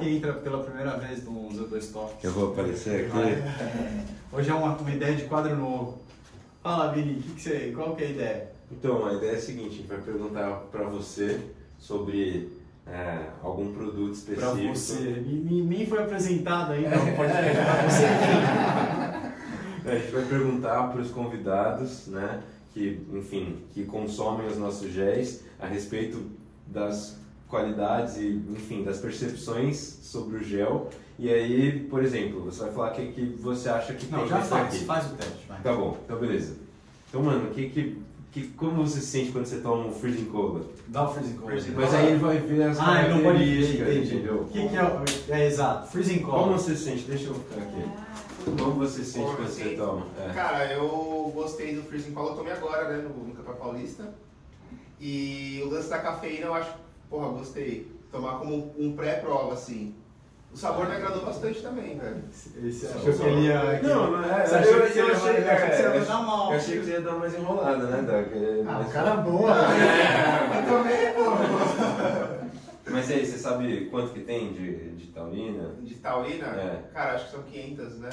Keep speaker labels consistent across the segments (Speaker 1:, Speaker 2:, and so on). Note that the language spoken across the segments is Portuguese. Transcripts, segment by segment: Speaker 1: que entra pela primeira vez no Z2 Talk.
Speaker 2: Eu vou aparecer aqui.
Speaker 1: Hoje é uma, uma ideia de quadro novo. Fala, Vini, que que você, qual que é a ideia?
Speaker 2: Então, a ideia é a seguinte, a gente vai perguntar pra você sobre é, algum produto
Speaker 1: Pra
Speaker 2: específico.
Speaker 1: você. E nem- nem foi apresentado ainda no podcast. Pra você quem?
Speaker 2: A gente vai perguntar para os convidados, né, que, enfim, que consomem os nossos géis a respeito das qualidades e, enfim, das percepções sobre o gel. E aí, por exemplo, você vai falar o que, que você acha que
Speaker 1: Não,
Speaker 2: tem
Speaker 1: já
Speaker 2: nesse
Speaker 1: faz,
Speaker 2: aqui.
Speaker 1: faz o teste, vai.
Speaker 2: Tá bom, então beleza. Então, mano, que, que, que, como você se sente quando você toma um freezing cola?
Speaker 1: Dá o freezing cold.
Speaker 3: Freezing
Speaker 2: Mas aí ele vai ver as
Speaker 1: é. Ah, eu não pode
Speaker 2: características,
Speaker 1: entendi.
Speaker 2: entendeu?
Speaker 1: O que, que é o. É exato, freezing
Speaker 2: Como
Speaker 1: cold.
Speaker 2: você se sente? Deixa eu ficar aqui. Ah, Como você se sente
Speaker 3: Como
Speaker 2: quando
Speaker 3: eu
Speaker 2: você
Speaker 3: sinto?
Speaker 2: toma? É.
Speaker 3: Cara, eu gostei do Freezing Cola, eu tomei agora, né, no, no Campeonato Paulista. E o lance da cafeína, eu acho, porra, gostei. Tomar como um pré-prova, assim. O sabor me agradou bastante também, velho.
Speaker 1: Esse achou que ele ia. que-
Speaker 2: Não, não é.
Speaker 1: Você achou que você ia- achou que você ia
Speaker 2: eu
Speaker 1: dar mal.
Speaker 2: é, eu achei que você ia dar mais enrolada, né, Doc? É,
Speaker 1: Ah,
Speaker 2: mas-
Speaker 1: o cara é boa.
Speaker 3: Eu tomei, porra.
Speaker 2: Mas e aí, você sabe quanto que tem de, de taurina?
Speaker 3: De taurina,
Speaker 2: É.
Speaker 3: cara, acho que são 500, né?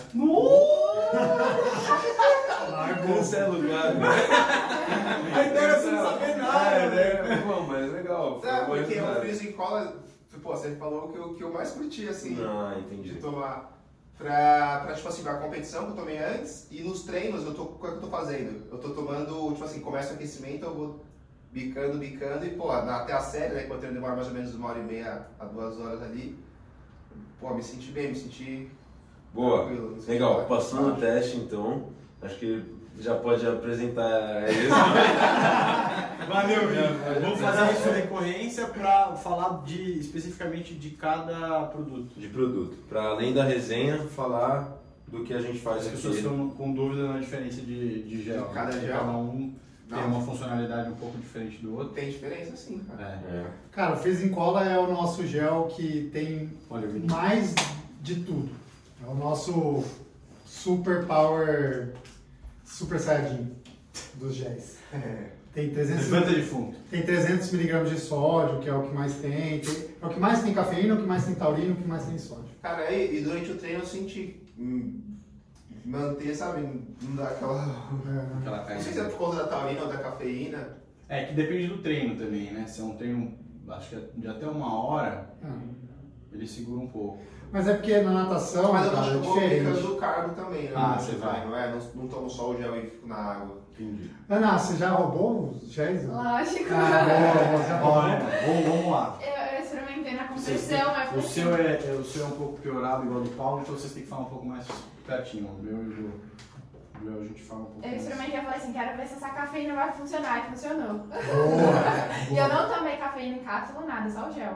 Speaker 2: Cancela o gado.
Speaker 1: A ideia então era você não saber nada, né?
Speaker 2: Bom, mas legal. foi bom
Speaker 3: É, porque o
Speaker 2: ajudar.
Speaker 3: Freezing Cola, pô, você falou o que eu, que eu mais curti, assim.
Speaker 2: Ah,
Speaker 3: de
Speaker 2: entendi.
Speaker 3: tomar pra, pra, tipo assim, pra competição que eu tomei antes e nos treinos eu tô, o que eu tô fazendo? Eu tô tomando, tipo assim, começa o aquecimento, eu vou bicando, bicando e, pô, na- até a série, né, que eu treino demora mais ou menos uma hora e meia a duas horas ali, pô, me senti bem, me senti
Speaker 2: Boa.
Speaker 3: tranquilo. me senti
Speaker 2: Legal,
Speaker 3: bem.
Speaker 2: passou no teste então. Acho que já pode apresentar isso.
Speaker 1: Valeu, Vini.
Speaker 2: valeu.
Speaker 1: Vamos fazer isso é recorrência pra falar de, especificamente de cada produto.
Speaker 2: de produto. Para além da resenha, falar do que a gente faz
Speaker 1: As pessoas
Speaker 2: aqui.
Speaker 1: estão com dúvida na diferença de, de gel.
Speaker 3: De cada
Speaker 1: né?
Speaker 3: gel.
Speaker 1: Cada um tem
Speaker 3: Não.
Speaker 1: uma funcionalidade um pouco diferente do outro.
Speaker 3: Tem diferença sim, cara.
Speaker 1: É.
Speaker 2: É.
Speaker 4: Cara, o Freezing Cola é o nosso gel que tem
Speaker 1: Olha, Vini.
Speaker 4: mais de tudo. É o nosso super power, super saiyajin dos géis.
Speaker 2: É.
Speaker 4: Tem 300,
Speaker 1: Levanta de fundo.
Speaker 4: tem 300 miligramas de sódio, que é o que mais tem. tem- É o que mais tem cafeína, o que mais tem taurina, o que mais tem sódio.
Speaker 3: Cara, e, e durante o treino eu senti hum, manter, sabe, não dá aquela...
Speaker 4: É,
Speaker 1: Aquela
Speaker 3: Não sei se é por conta da taurina ou da cafeína,
Speaker 1: É que depende do treino também, né? Se é um treino, acho que é de até uma hora,
Speaker 4: é.
Speaker 1: ele segura um pouco.
Speaker 4: Mas é porque na natação,
Speaker 3: Mas eu
Speaker 4: cara,
Speaker 3: acho que
Speaker 4: é
Speaker 3: eu vou ficando
Speaker 4: diferente.
Speaker 3: do cargo também, né?
Speaker 1: Ah,
Speaker 3: Não,
Speaker 1: você
Speaker 3: não,
Speaker 1: vai.
Speaker 3: Não, é? não, não tomo só o gel e fico na água.
Speaker 1: Entendi.
Speaker 4: Ana, você já roubou os géis? Ah,
Speaker 5: Lógico.
Speaker 4: boa, boa, já roubou.
Speaker 1: Olha, vamos, vamos lá.
Speaker 5: Eu, eu experimentei na
Speaker 1: Vocês
Speaker 5: competição, mas
Speaker 1: têm- O
Speaker 5: foi
Speaker 1: seu é, é- o seu é um pouco piorado igual do Paulo, então vocês têm que falar um pouco mais pertinho. O meu e o o meu a gente fala um pouco
Speaker 5: Eu
Speaker 1: mais.
Speaker 5: experimentei e falei assim, quero ver se essa cafeína vai funcionar, e funcionou.
Speaker 4: Boa,
Speaker 5: E
Speaker 4: boa.
Speaker 5: eu não tomei cafeína em cápsula, nada, só o gel.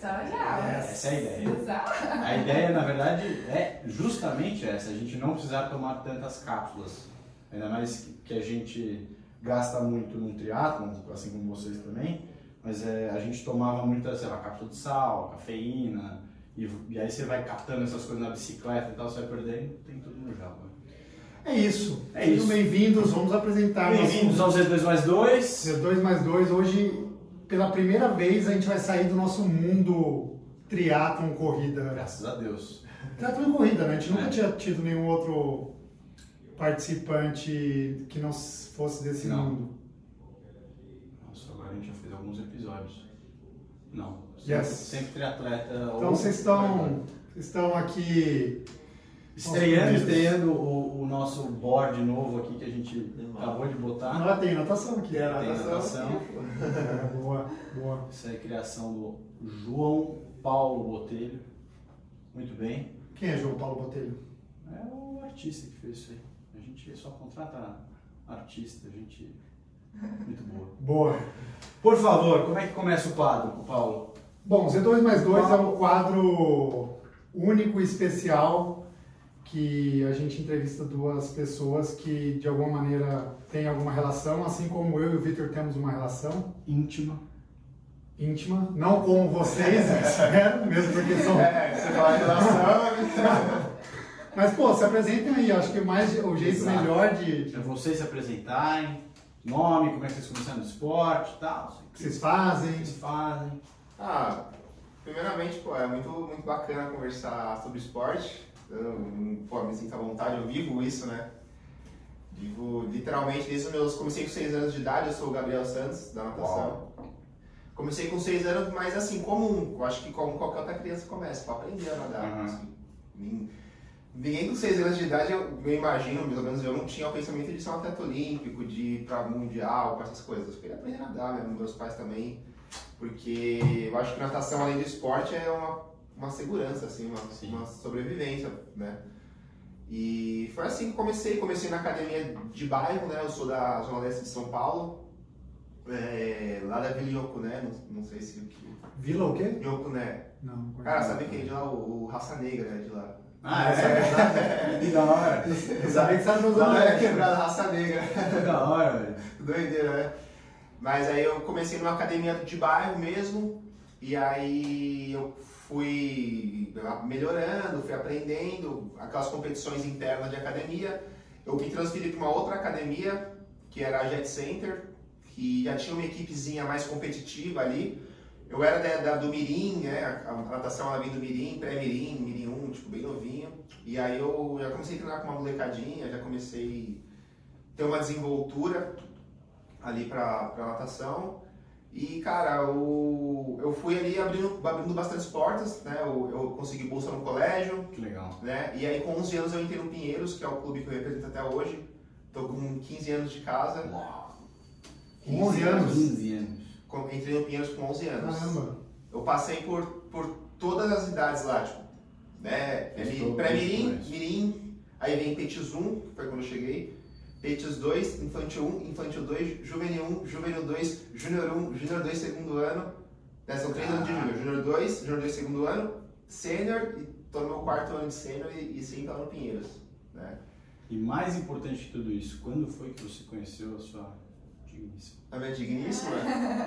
Speaker 5: Só o gel.
Speaker 1: Essa é a ideia.
Speaker 5: Exato.
Speaker 1: A ideia, na verdade, é justamente essa: a gente não precisar tomar tantas cápsulas. Ainda mais que- que a gente gasta muito num triatlon, assim como vocês também, mas é, a gente tomava muita, sei lá, cápsula de sal, cafeína, e, e aí você vai captando essas coisas na bicicleta e tal, você vai perdendo, tem tudo no gel. né?
Speaker 4: É isso.
Speaker 1: É
Speaker 4: Sejam
Speaker 1: isso.
Speaker 4: bem-vindos. Vamos apresentar nosso-
Speaker 1: Bem-vindos ao Z2 mais 2.
Speaker 4: Z2 mais 2, hoje, pela primeira vez, a gente vai sair do nosso mundo triatlon corrida.
Speaker 1: Graças a Deus.
Speaker 4: Triatlon e corrida, né? A gente nunca
Speaker 1: É.
Speaker 4: tinha tido nenhum outro participante que não s- fosse desse
Speaker 1: Não.
Speaker 4: mundo.
Speaker 1: Nossa, agora a gente já fez alguns episódios. Não. Sempre,
Speaker 4: Yes.
Speaker 1: sempre triatleta.
Speaker 4: Então vocês estão, vocês estão aqui.
Speaker 1: Estreando,
Speaker 4: Nossa,
Speaker 1: estreando o, o nosso board novo aqui que a gente acabou de
Speaker 4: Ah,
Speaker 1: botar.
Speaker 4: não, tem natação aqui.
Speaker 1: Tá. Tem natação.
Speaker 4: É, boa, boa.
Speaker 1: Isso é a criação do João Paulo Botelho. Muito bem.
Speaker 4: Quem é João Paulo Botelho?
Speaker 1: É o artista que fez isso aí. A gente só contrata artista, gente muito boa.
Speaker 4: Boa.
Speaker 1: Por favor, como é que começa o quadro, Paulo?
Speaker 4: Bom, Z2 mais 2 é um quadro único e especial que a gente entrevista duas pessoas que de alguma maneira têm alguma relação, assim como eu e o Victor temos uma relação
Speaker 1: Íntima.
Speaker 4: íntima, não como vocês, eu espero, mesmo porque são.
Speaker 3: É, você fala em né? relação.
Speaker 4: Mas pô, se apresentem aí, eu acho que é mais o jeito
Speaker 1: Exato.
Speaker 4: melhor de
Speaker 1: Pra vocês se apresentarem, nome, como é que vocês começaram no esporte e tal.
Speaker 4: que
Speaker 1: O
Speaker 4: vocês
Speaker 1: que
Speaker 4: fazem.
Speaker 1: vocês fazem.
Speaker 3: ah, Primeiramente, pô, é muito, muito bacana conversar sobre esporte. Eu, pô, me sinto à vontade, eu vivo isso, né? Vivo literalmente desde os meus. Comecei com 6 anos de idade, eu sou o Gabriel Santos, da natação. Comecei com 6 anos, mas assim, comum. Eu acho que como qualquer outra criança começa, pra aprender a nadar.
Speaker 1: Uhum.
Speaker 3: assim. Nin- Ninguém com 6 anos de idade, eu, eu imagino, pelo menos eu não tinha o pensamento de ser um atleta olímpico, de ir pra mundial, pra essas coisas. Eu queria aprender a nadar, mesmo, meus pais também. Porque eu acho que natação, além do esporte, é uma, uma segurança, assim, uma,
Speaker 1: Sim.
Speaker 3: uma sobrevivência, né? E foi assim que comecei. Comecei na academia de bairro, né? Eu sou da Zona Leste de São Paulo. É, lá da Vila Yokuné, não, não sei se o que.
Speaker 4: Vila o quê?
Speaker 3: Yokuné.
Speaker 4: Não, não conheço.
Speaker 3: Cara, sabe quem é de lá? O, o Raça Negra, né? De lá.
Speaker 1: Ah, é? Que da hora.
Speaker 4: Eu sabia que você era do
Speaker 3: Lá não é. era
Speaker 4: Zona
Speaker 3: quebrada, Raça Negra.
Speaker 1: Que da hora, velho.
Speaker 3: Doideira, né? Mas aí eu comecei numa academia de bairro mesmo, e aí eu fui melhorando, fui aprendendo, aquelas competições internas de academia. Eu me transferi para uma outra academia, que era a Jet Center, que já tinha uma equipezinha mais competitiva ali. Eu era da, da- do Mirim, né? A, a natação ela vem do Mirim, pré-Mirim, Mirim 1, tipo, bem novinho. E aí eu já comecei a treinar com uma molecadinha, já comecei a ter uma desenvoltura ali pra, pra natação. E, cara, o, eu fui ali abrindo, abrindo bastantes portas, né? Eu, eu consegui bolsa no colégio,
Speaker 1: Que legal.
Speaker 3: né? E aí com 11 anos eu entrei no Pinheiros, que é o clube que eu represento até hoje. Tô com 15 anos de casa.
Speaker 1: Uau.
Speaker 4: 11 anos?
Speaker 1: 15 anos.
Speaker 3: Com- Entrei no Pinheiros com 11 anos.
Speaker 4: Caramba.
Speaker 3: Eu passei por, por todas as idades lá, tipo, né?
Speaker 1: Fez
Speaker 3: Mi-
Speaker 1: todo
Speaker 3: Pré-mirim,
Speaker 1: isso, né?
Speaker 3: mirim, aí vem Petis 1, que foi quando eu cheguei. Petis 2, Infantil 1, Infantil 2, Juvenil 1, Juvenil 2, Júnior 1, Júnior 2, segundo ano. Né, são três anos de Júnior. Júnior 2, Júnior 2, segundo ano. Sênior, e tô no meu quarto ano de sênior e, e sempre lá no Pinheiros, né?
Speaker 1: E mais importante de tudo isso, quando foi que você conheceu a sua digníssima?
Speaker 3: A minha digníssima?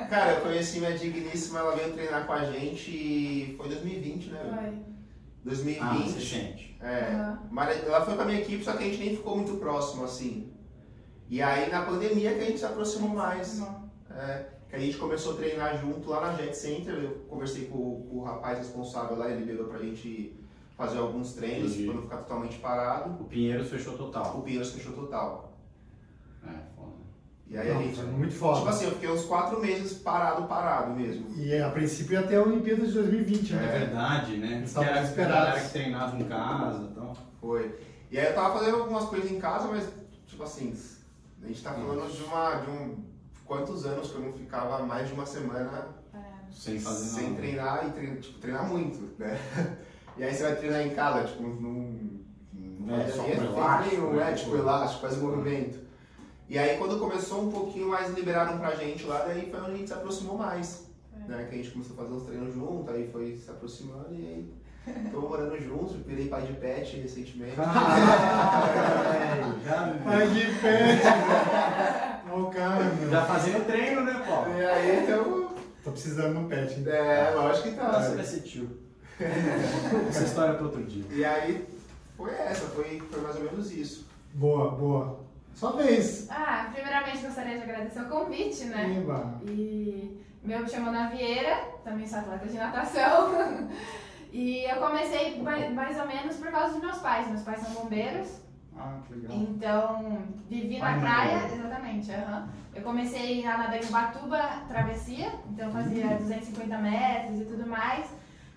Speaker 3: Cara, eu conheci minha digníssima, ela veio treinar com a gente e foi em 2020,
Speaker 1: É.
Speaker 3: né?
Speaker 5: Foi.
Speaker 3: 2020.
Speaker 1: Ah, você sente.
Speaker 3: É.
Speaker 5: Aham.
Speaker 3: Mas ela foi com a minha equipe, só que a gente nem ficou muito próximo, assim. E aí na pandemia que a gente se aproximou mais.
Speaker 5: Bom,
Speaker 3: é, que a gente começou a treinar junto lá na Jet Center. Eu conversei com, o- com o rapaz responsável lá, ele liberou pra gente fazer alguns treinos,
Speaker 1: Entendi.
Speaker 3: pra não ficar totalmente parado.
Speaker 1: O Pinheiro fechou
Speaker 3: O
Speaker 1: total.
Speaker 3: Pinheiros fechou total.
Speaker 1: É, foda.
Speaker 3: E aí a
Speaker 4: Não,
Speaker 3: gente.
Speaker 4: foi muito
Speaker 3: Tipo
Speaker 4: foda.
Speaker 3: assim, eu fiquei uns quatro meses parado, parado mesmo.
Speaker 4: E a princípio ia ter a Olimpíada de 2020,
Speaker 1: É
Speaker 4: né?
Speaker 1: verdade, né?
Speaker 4: Eles
Speaker 1: Que era a
Speaker 4: estavam
Speaker 1: galera
Speaker 4: desesperados.
Speaker 1: que treinava em casa e tal.
Speaker 3: Foi. E aí eu tava fazendo algumas coisas em casa, mas, tipo assim, a gente tá falando de uma. de um. Quantos anos que eu não ficava mais de uma semana
Speaker 5: parado.
Speaker 1: Sem fazer né? nada.
Speaker 3: sem treinar e treinar, tipo, treinar muito, né? E aí você vai treinar em casa, tipo, num.
Speaker 1: É,
Speaker 3: Não é,
Speaker 1: só
Speaker 3: só
Speaker 1: com elástico,
Speaker 3: nenhum,
Speaker 1: né? Uhum.
Speaker 3: é, tipo, elástico, faz movimento. E aí quando começou um pouquinho mais, liberaram pra gente lá, daí foi onde a gente se aproximou mais.
Speaker 5: É.
Speaker 3: Né? Que a gente começou a fazer uns treinos junto, aí foi se aproximando e aí. Tô morando junto, virei pai de pet recentemente.
Speaker 1: Ah. né?
Speaker 4: Ai, que pet, velho. Olha o cara, meu.
Speaker 1: Já fazendo treino, né, Paulo?
Speaker 3: E aí, então.
Speaker 4: Tô precisando de um pet, hein?
Speaker 1: Ah.
Speaker 3: É, lógico que tá.
Speaker 1: Você vai ser tio. Essa história é pra outro dia.
Speaker 3: E aí, foi essa, foi, foi mais ou menos isso.
Speaker 4: Boa, boa. Só vez.
Speaker 5: Ah, primeiramente gostaria de agradecer o convite, né?
Speaker 4: Eba.
Speaker 5: E meu chamo Ana Vieira, também sou atleta de natação. e eu comecei mais, mais ou menos por causa dos meus pais. Meus pais são bombeiros.
Speaker 1: Ah, que legal.
Speaker 5: Então, vivi
Speaker 1: Ai,
Speaker 5: na
Speaker 1: meu
Speaker 5: praia,
Speaker 1: Deus.
Speaker 5: exatamente. aham. Eu comecei a nadar em Batuba travessia, então eu
Speaker 1: Hum.
Speaker 5: fazia 250 metros e tudo mais.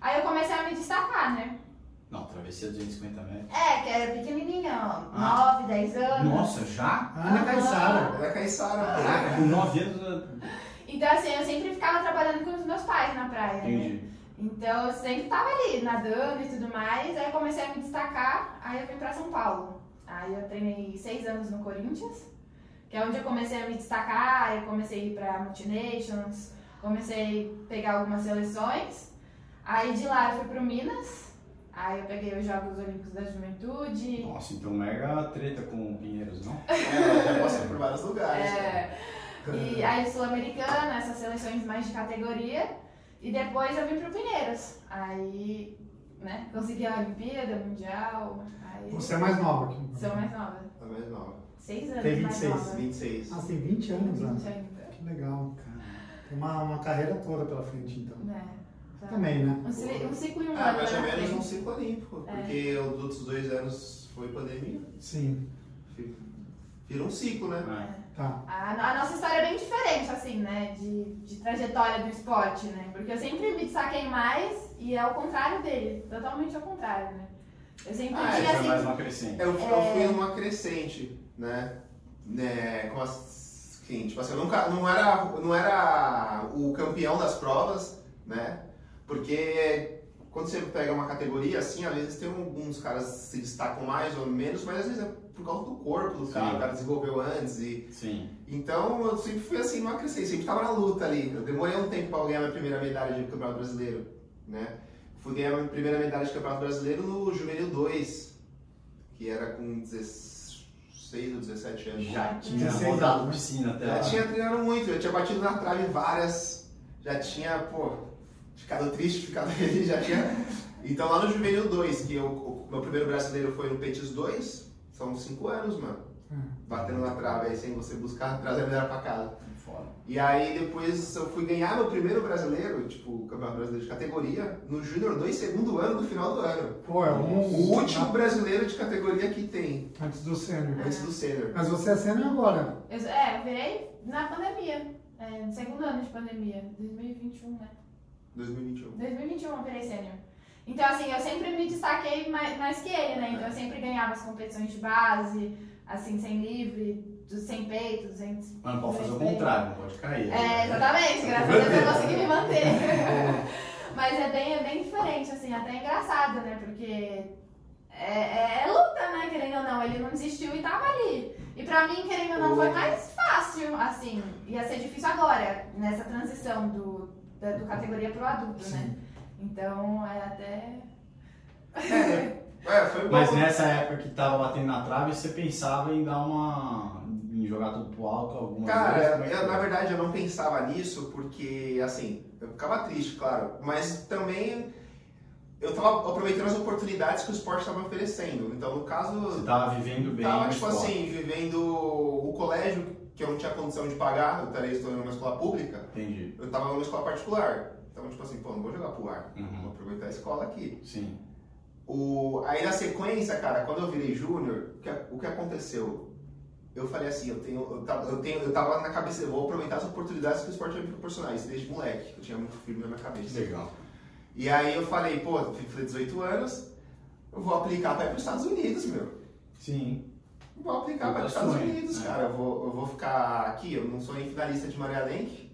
Speaker 5: Aí eu comecei a me destacar, né?
Speaker 1: Não, travessia 250 metros.
Speaker 5: É, que era pequenininha, ó,
Speaker 1: Ah.
Speaker 5: 9, 10 anos.
Speaker 1: Nossa, já?
Speaker 3: Ah,
Speaker 4: Ana Caissara.
Speaker 3: Era Caissara, pô.
Speaker 1: Caraca, com 9 anos. né?
Speaker 5: Então, assim, eu sempre ficava trabalhando com os meus pais na praia, né?
Speaker 1: Entendi.
Speaker 5: Então, eu sempre tava ali, nadando e tudo mais. Aí eu comecei a me destacar, aí eu vim pra São Paulo. Aí eu treinei seis anos no Corinthians, que é onde eu comecei a me destacar. Aí eu comecei a ir pra Multinations, comecei a pegar algumas seleções. Aí de lá eu fui pro Minas, aí eu peguei os Jogos Olímpicos da Juventude.
Speaker 1: Nossa, então mega treta com o Pinheiros, não?
Speaker 3: É. Ela já passou por vários lugares. né?
Speaker 5: É, e aí Sul-Americana, essas seleções mais de categoria. E depois eu vim pro Pinheiros. Aí, né, consegui a Olimpíada, Mundial. Aí
Speaker 4: Você é mais nova aqui.
Speaker 5: sou mais nova.
Speaker 3: A mais nova.
Speaker 5: Seis anos
Speaker 4: Tem
Speaker 5: mais
Speaker 4: 26.
Speaker 5: nova.
Speaker 3: 26.
Speaker 4: Ah, você tem 20 anos, Ana.
Speaker 5: ainda.
Speaker 4: Que legal. Tem uma, uma carreira toda pela frente, então.
Speaker 5: Né? tá.
Speaker 4: Também, né?
Speaker 5: Um, ciclo- um ciclo e um
Speaker 3: Ah,
Speaker 5: ano.
Speaker 3: mais ou
Speaker 5: né?
Speaker 3: menos um ciclo olímpico,
Speaker 5: É.
Speaker 3: porque os outros dois anos foi pandemia.
Speaker 4: Sim,
Speaker 3: Fi- Virou um ciclo, né?
Speaker 1: Ah,
Speaker 4: tá.
Speaker 5: A, a nossa história é bem diferente, assim, né? De, de trajetória do esporte, né? Porque eu sempre me destaquei mais e é o contrário dele. Totalmente ao contrário, né? Eu sempre
Speaker 3: Ah,
Speaker 5: tinha,
Speaker 1: Isso é mais
Speaker 5: assim...
Speaker 1: uma crescente.
Speaker 3: Eu, eu
Speaker 5: É.
Speaker 3: fui numa crescente, né? né como assim, tipo assim, eu nunca, não era, não era o campeão das provas, né? Porque quando você pega uma categoria assim, às vezes tem alguns caras que se destacam mais ou menos, mas às vezes é por causa do corpo do cara,
Speaker 1: Sim.
Speaker 3: o cara desenvolveu antes e
Speaker 1: Sim.
Speaker 3: Então eu sempre fui assim, não cresci, sempre tava na luta ali. Eu demorei um tempo pra ganhar minha primeira medalha de campeonato brasileiro, né? Fui ganhar minha primeira medalha de campeonato brasileiro no Juvenil 2, que era com 16 ou 17 anos.
Speaker 1: Já tinha
Speaker 4: 16
Speaker 1: rodado
Speaker 4: anos, né?
Speaker 1: piscina até lá.
Speaker 3: assim- Já tinha treinado muito, já tinha batido na trave várias, já tinha, pô, ficado triste, ficado feliz, já tinha. Então lá no Juvenil 2, que eu- o meu primeiro brasileiro foi no Petis 2, são 5 anos, mano.
Speaker 4: É.
Speaker 3: Batendo na trave aí sem você buscar, trazer a medalha pra casa.
Speaker 1: Foda.
Speaker 3: E aí depois eu fui ganhar meu primeiro brasileiro, tipo, campeonato brasileiro de categoria, no Júnior 2, segundo ano do final do ano.
Speaker 4: Pô, é um,
Speaker 3: O último brasileiro de categoria que tem,
Speaker 4: Antes do sênior.
Speaker 3: antes do sênior.
Speaker 4: Mas você é sênior agora.
Speaker 5: Eu, é, eu virei na pandemia. É, no segundo ano de pandemia. 2021, né?
Speaker 3: 2021.
Speaker 5: 2021 eu virei sênior. Então, assim, eu sempre me destaquei mais, mais que ele, né? Então, eu sempre ganhava as competições de base, assim, sem livre, do- sem peito, 200
Speaker 1: Mas não pode fazer o contrário, não pode cair.
Speaker 5: É,
Speaker 1: né?
Speaker 5: exatamente, graças a Deus eu consegui me manter. Mas é bem, é bem diferente, assim, até engraçado, né? Porque é, é- é luta, né? Querendo ou não, ele não desistiu e tava ali. E pra mim, querendo ou não, foi mais fácil, assim. Ia ser difícil agora, nessa transição do, da, do categoria pro adulto, né? Então, é até.
Speaker 3: É, foi bom.
Speaker 1: Mas nessa época que tava batendo na trave, você pensava em dar uma. em jogar tudo pro alto alguma
Speaker 3: Cara,
Speaker 1: coisa?
Speaker 3: eu, na verdade eu não pensava nisso porque, assim, eu ficava triste, claro, mas também eu tava aproveitando as oportunidades que o esporte estava oferecendo. Então, no caso,
Speaker 1: Você tava vivendo bem.
Speaker 3: Tava,
Speaker 1: no
Speaker 3: tipo
Speaker 1: esporte.
Speaker 3: assim, vivendo o colégio, que eu não tinha condição de pagar, eu estaria estudando numa escola pública,
Speaker 1: Entendi.
Speaker 3: eu tava numa escola particular. Então, tipo assim, pô, não vou jogar pro ar,
Speaker 1: Uhum.
Speaker 3: vou aproveitar a escola aqui.
Speaker 1: Sim.
Speaker 3: O... Aí na sequência, cara, quando eu virei júnior, o que, o que aconteceu? Eu falei assim, eu tenho, eu, tava, eu tenho, eu tava na cabeça, eu vou aproveitar as oportunidades que o esporte vai me proporcionar, isso desde moleque, eu tinha muito firme na minha cabeça.
Speaker 1: Legal.
Speaker 3: E aí eu falei, pô, eu falei 18 anos, eu vou aplicar pra ir pros Estados Unidos, meu.
Speaker 1: Sim.
Speaker 3: Vou aplicar para
Speaker 1: Outras
Speaker 3: os Estados
Speaker 1: sonhos,
Speaker 3: Unidos,
Speaker 1: né?
Speaker 3: cara. Eu vou, eu vou ficar aqui, eu não sou nem finalista de Maria Lenk.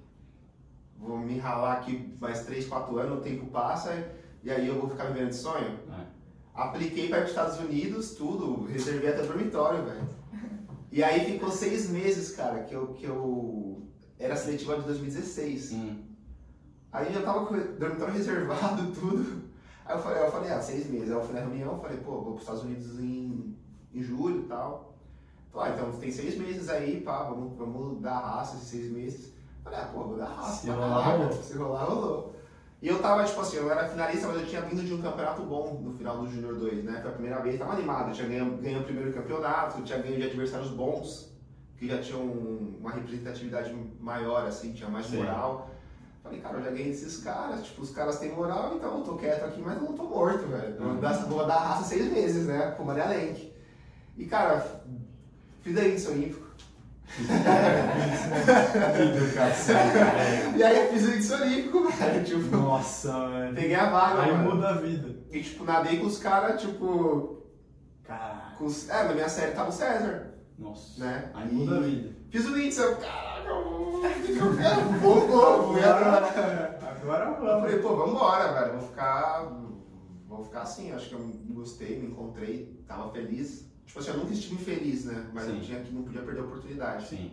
Speaker 3: Vou me ralar aqui mais 3, 4 anos, o tempo passa e aí eu vou ficar vivendo de sonho.
Speaker 1: É.
Speaker 3: Apliquei para os Estados Unidos, tudo, reservei até dormitório, velho. E aí ficou seis meses, cara, que eu, que eu era seletiva de 2016.
Speaker 1: Hum.
Speaker 3: Aí eu tava com o dormitório reservado, tudo. Aí eu falei, eu falei, ah, seis meses. Aí eu fui na reunião, eu falei, pô, vou para os Estados Unidos em, em julho e tal. Falei, ah, então tem seis meses aí, pá, vamos, vamos dar raça esses seis meses. Falei, ah, pô, vou dar raça.
Speaker 1: Se
Speaker 3: pra
Speaker 1: rolar,
Speaker 3: caraca.
Speaker 1: rolou.
Speaker 3: Se rolar, rolou. E eu tava, tipo assim, eu era finalista, mas eu tinha vindo de um campeonato bom no final do Júnior 2, né? Foi a primeira vez, tava animado, eu tinha ganho, ganho o primeiro campeonato, eu tinha ganho de adversários bons, que já tinham uma representatividade maior, assim, tinha mais
Speaker 1: Sim.
Speaker 3: moral. Falei, cara, eu já ganhei desses caras, tipo, os caras têm moral, então eu tô quieto aqui, mas eu não tô morto, velho. Eu Vou, dar, vou dar raça seis meses, né? Com Maria Lenk. E, cara, fiz aí isso olímpico. E aí eu fiz o isso olímpico, velho, tipo,
Speaker 1: Nossa, velho.
Speaker 3: peguei a vaga,
Speaker 1: Aí
Speaker 3: mano.
Speaker 1: muda a vida.
Speaker 3: E, tipo, nadei com os caras, tipo.
Speaker 1: Caraca.
Speaker 3: Com os... É, na minha série tava o César,
Speaker 1: Nossa.
Speaker 3: né?
Speaker 1: Aí
Speaker 3: E
Speaker 1: muda a vida.
Speaker 3: Fiz o índice, eu, caraca, eu eu quero, vou, vou, vou. Eu
Speaker 1: Agora
Speaker 3: falei, pô, vambora, velho, vou ficar. Vou ficar assim, acho que eu gostei, me encontrei, tava feliz. Tipo assim, eu nunca estive feliz, né? Mas eu
Speaker 1: Sim.
Speaker 3: tinha que não podia perder a oportunidade.
Speaker 1: Sim.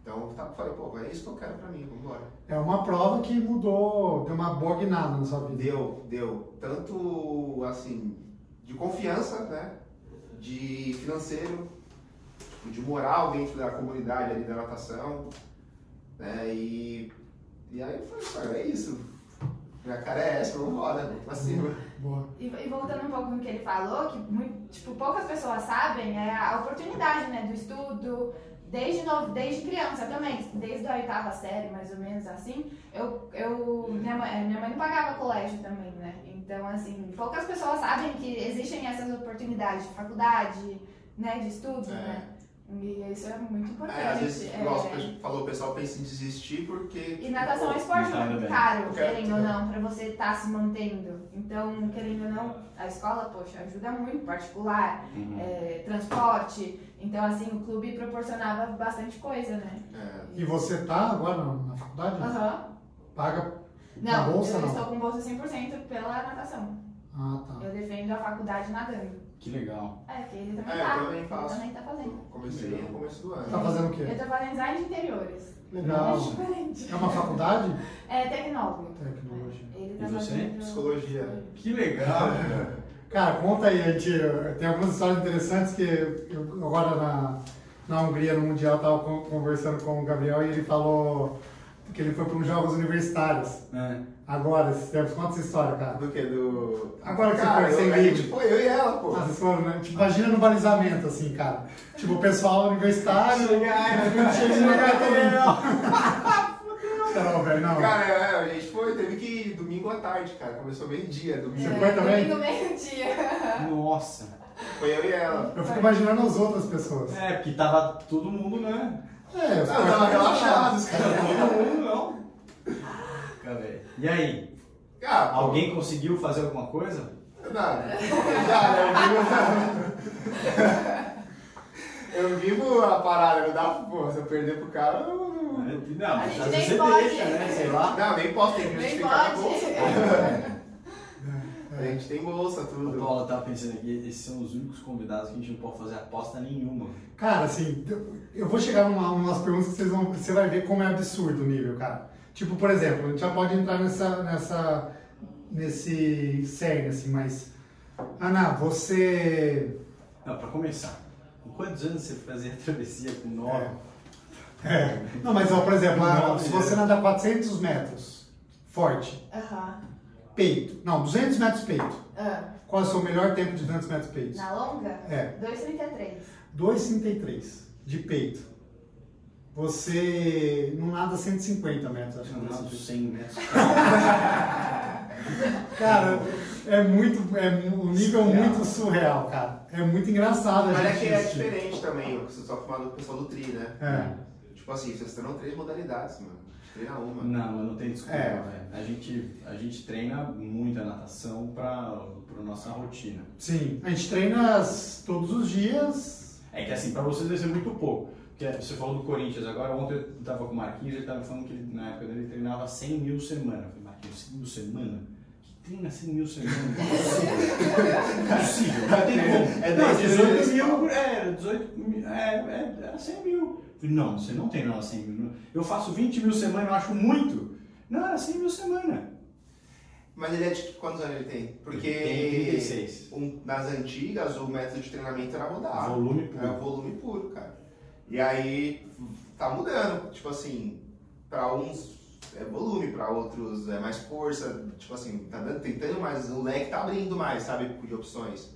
Speaker 3: Então eu tava- falei, pô, é isso que eu quero pra mim, vambora.
Speaker 4: É uma prova que mudou, deu uma bognada na sua vida.
Speaker 3: Deu, deu. Tanto, assim, de confiança, né? De financeiro, tipo, de moral dentro da comunidade ali da natação, né? E, e aí eu falei, cara, é isso. Minha cara é essa, assim, vamos embora, vamos pra cima.
Speaker 4: Boa.
Speaker 5: E, e voltando um pouco no que ele falou, que mui- tipo, poucas pessoas sabem, é a oportunidade né, do estudo, desde, no, desde criança também, desde a oitava série, mais ou menos assim, eu, eu minha, mãe, minha mãe não pagava colégio também, né? Então, assim, poucas pessoas sabem que existem essas oportunidades de faculdade, né, de estudo,
Speaker 3: É.
Speaker 5: né? E isso é muito importante.
Speaker 3: É, às vezes,
Speaker 5: é.
Speaker 3: igual o pessoal falou, o pessoal pensa em desistir porque. tipo,
Speaker 5: E natação é um esporte
Speaker 1: Nada
Speaker 5: muito
Speaker 1: bem.
Speaker 5: caro,
Speaker 3: Porque-
Speaker 5: querendo ou não, pra você estar se mantendo. Então, querendo ou não, a escola, poxa, ajuda muito, particular,
Speaker 3: Hum.
Speaker 1: Uhum.
Speaker 5: é, transporte. Então, assim, o clube proporcionava bastante coisa, né?
Speaker 3: É,
Speaker 4: E você tá agora na, na faculdade?
Speaker 5: Aham.
Speaker 4: Paga na
Speaker 5: Não,
Speaker 4: bolsa
Speaker 5: eu
Speaker 4: não?
Speaker 5: estou com bolsa 100% pela natação.
Speaker 4: Ah, tá.
Speaker 5: Eu defendo a faculdade nadando.
Speaker 1: Que legal.
Speaker 5: É, que ele também
Speaker 3: É, eu
Speaker 5: tá.
Speaker 3: também
Speaker 5: ele
Speaker 3: faço.
Speaker 5: também tá fazendo.
Speaker 3: eu comecei no começo do ano.
Speaker 4: Tá fazendo o quê?
Speaker 5: Eu tô fazendo design de interiores.
Speaker 4: Legal.
Speaker 5: É diferente.
Speaker 4: É uma faculdade?
Speaker 5: É tecnólogo.
Speaker 4: Tecnologia.
Speaker 5: Ele tá
Speaker 1: E você?
Speaker 5: fazendo-
Speaker 3: Psicologia.
Speaker 1: Que legal, cara.
Speaker 4: Cara, conta aí, a gente, eh, tem algumas histórias interessantes que eu, agora na, na Hungria, no Mundial, eu tava con- conversando com o Gabriel e ele falou que ele foi para uns jogos universitários.
Speaker 1: É.
Speaker 4: Agora, esses tempos, conta essa história, cara.
Speaker 3: Do que? Do.
Speaker 4: Agora que
Speaker 3: cara,
Speaker 4: você foi
Speaker 3: eu,
Speaker 4: sem
Speaker 3: a
Speaker 4: livro.
Speaker 3: gente foi, eu e ela, pô.
Speaker 4: Ah, vocês foram, né? Tipo, imagina no balizamento, assim, cara. Tipo, o pessoal universitário... tipo, Chegar,
Speaker 1: É.
Speaker 4: Não, velho, não.
Speaker 3: Cara, é, a gente foi, teve que ir domingo à tarde, cara. Começou meio-dia,
Speaker 5: É,
Speaker 3: domingo.
Speaker 4: Você foi também?
Speaker 5: Domingo, meio-dia.
Speaker 1: Nossa.
Speaker 3: Foi eu e ela.
Speaker 4: Eu fico imaginando as outras pessoas.
Speaker 1: É, porque tava todo mundo, né?
Speaker 4: É, eu
Speaker 3: Ah, Não, tava relaxado, os caras.
Speaker 1: Todo mundo não. Cara, é. E aí,
Speaker 3: Ah, pô,
Speaker 1: alguém conseguiu fazer alguma coisa?
Speaker 3: Nada. Nada, eu vivo. eu vivo a parada, não dá, pô, se eu perder pro cara, eu
Speaker 1: Uhum.
Speaker 3: não.
Speaker 5: É.
Speaker 1: É, Não,
Speaker 5: A gente
Speaker 1: às
Speaker 5: nem
Speaker 1: vezes você
Speaker 5: pode.
Speaker 1: deixa, né? Sei lá.
Speaker 3: Não, nem posso, tem gente que
Speaker 5: Nem
Speaker 3: ficar com bolsa.
Speaker 5: pode.
Speaker 3: A gente tem bolsa,
Speaker 1: A
Speaker 3: tudo.
Speaker 1: Paula tava tá pensando aqui, esses são os únicos convidados que a gente não pode fazer aposta nenhuma.
Speaker 4: Cara, assim, eu vou chegar numa, umas perguntas que vocês vão, você vai ver como é absurdo o nível, cara. Tipo, por exemplo, a gente já pode entrar nessa, nessa, nesse cerne, assim, mas... Ana, você...
Speaker 1: Não, pra começar, com quantos anos você fazia a travessia com nove?
Speaker 4: Não, mas, ó, por exemplo, a-
Speaker 1: Não,
Speaker 4: se
Speaker 1: é.
Speaker 4: você nadar 400 metros, forte,
Speaker 5: Aham.
Speaker 4: peito, não, 200 metros peito,
Speaker 5: Ah,
Speaker 4: qual é o seu melhor tempo de 200 metros peito?
Speaker 5: Na longa?
Speaker 4: É.
Speaker 5: 2,33.
Speaker 4: 2,33 de peito. Você não nada 150 metros, acho que
Speaker 1: Tinha
Speaker 4: não
Speaker 1: nado
Speaker 4: nada.
Speaker 1: 100 metros.
Speaker 4: Cara, é muito. É mu- um nível muito surreal, cara. É muito engraçado a
Speaker 3: Mas é
Speaker 4: gente.
Speaker 3: que é
Speaker 4: assistir.
Speaker 3: diferente também, o que você tá falando com o pessoal do tri, né?
Speaker 4: É.
Speaker 3: Tipo assim, vocês treinam três modalidades, mano. A gente treina uma.
Speaker 1: Não, eu não tenho desculpa,
Speaker 4: É.
Speaker 1: velho. A gente, a gente treina muito a natação pra, pra nossa rotina.
Speaker 4: Sim. A gente treina as- todos os dias.
Speaker 1: É que assim, pra vocês deve ser muito pouco. Porque você falou do Corinthians agora, ontem eu tava com o Marquinhos, ele tava falando que ele, na época dele treinava 100 mil semana. Eu falei, Marquinhos, 100 mil semana? Que treina 100 mil semana? Impossível. Impossível, não tem como.
Speaker 3: É
Speaker 1: Não,
Speaker 3: dez
Speaker 1: 18
Speaker 3: vezes.
Speaker 1: mil, é, 18 mil, é, é, era 100 mil. Eu falei, não, você não treinava 100 mil. não. Eu faço 20 mil semana, eu acho muito. Não, era 100 mil semana.
Speaker 3: Mas ele é de quantos anos ele tem? Porque.
Speaker 1: Tem 36.
Speaker 3: um- nas antigas, o método de treinamento era rodar.
Speaker 1: Volume puro.
Speaker 3: Era volume puro, cara. E aí tá mudando. Tipo assim, pra uns é volume, pra outros é mais força. Tipo assim, tá dando, tentando mais, o leque tá abrindo mais, sabe? De opções.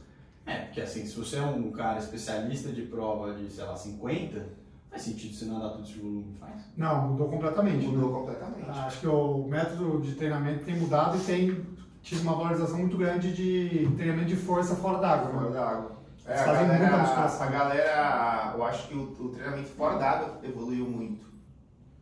Speaker 1: É, porque assim, se você é um cara especialista de prova de, sei lá, 50, faz sentido você nadar tudo esse volume, faz.
Speaker 4: Não, mudou completamente.
Speaker 3: Mudou
Speaker 4: né?
Speaker 3: completamente.
Speaker 4: Acho que o método de treinamento tem mudado e tem tido uma valorização muito grande de treinamento de força fora d'água.
Speaker 3: Fora
Speaker 4: Né?
Speaker 3: da água. É,
Speaker 4: Eles
Speaker 3: a
Speaker 4: fazem
Speaker 3: galera,
Speaker 4: muita musculação.
Speaker 3: a galera, eu acho que o, o treinamento fora d'água evoluiu muito,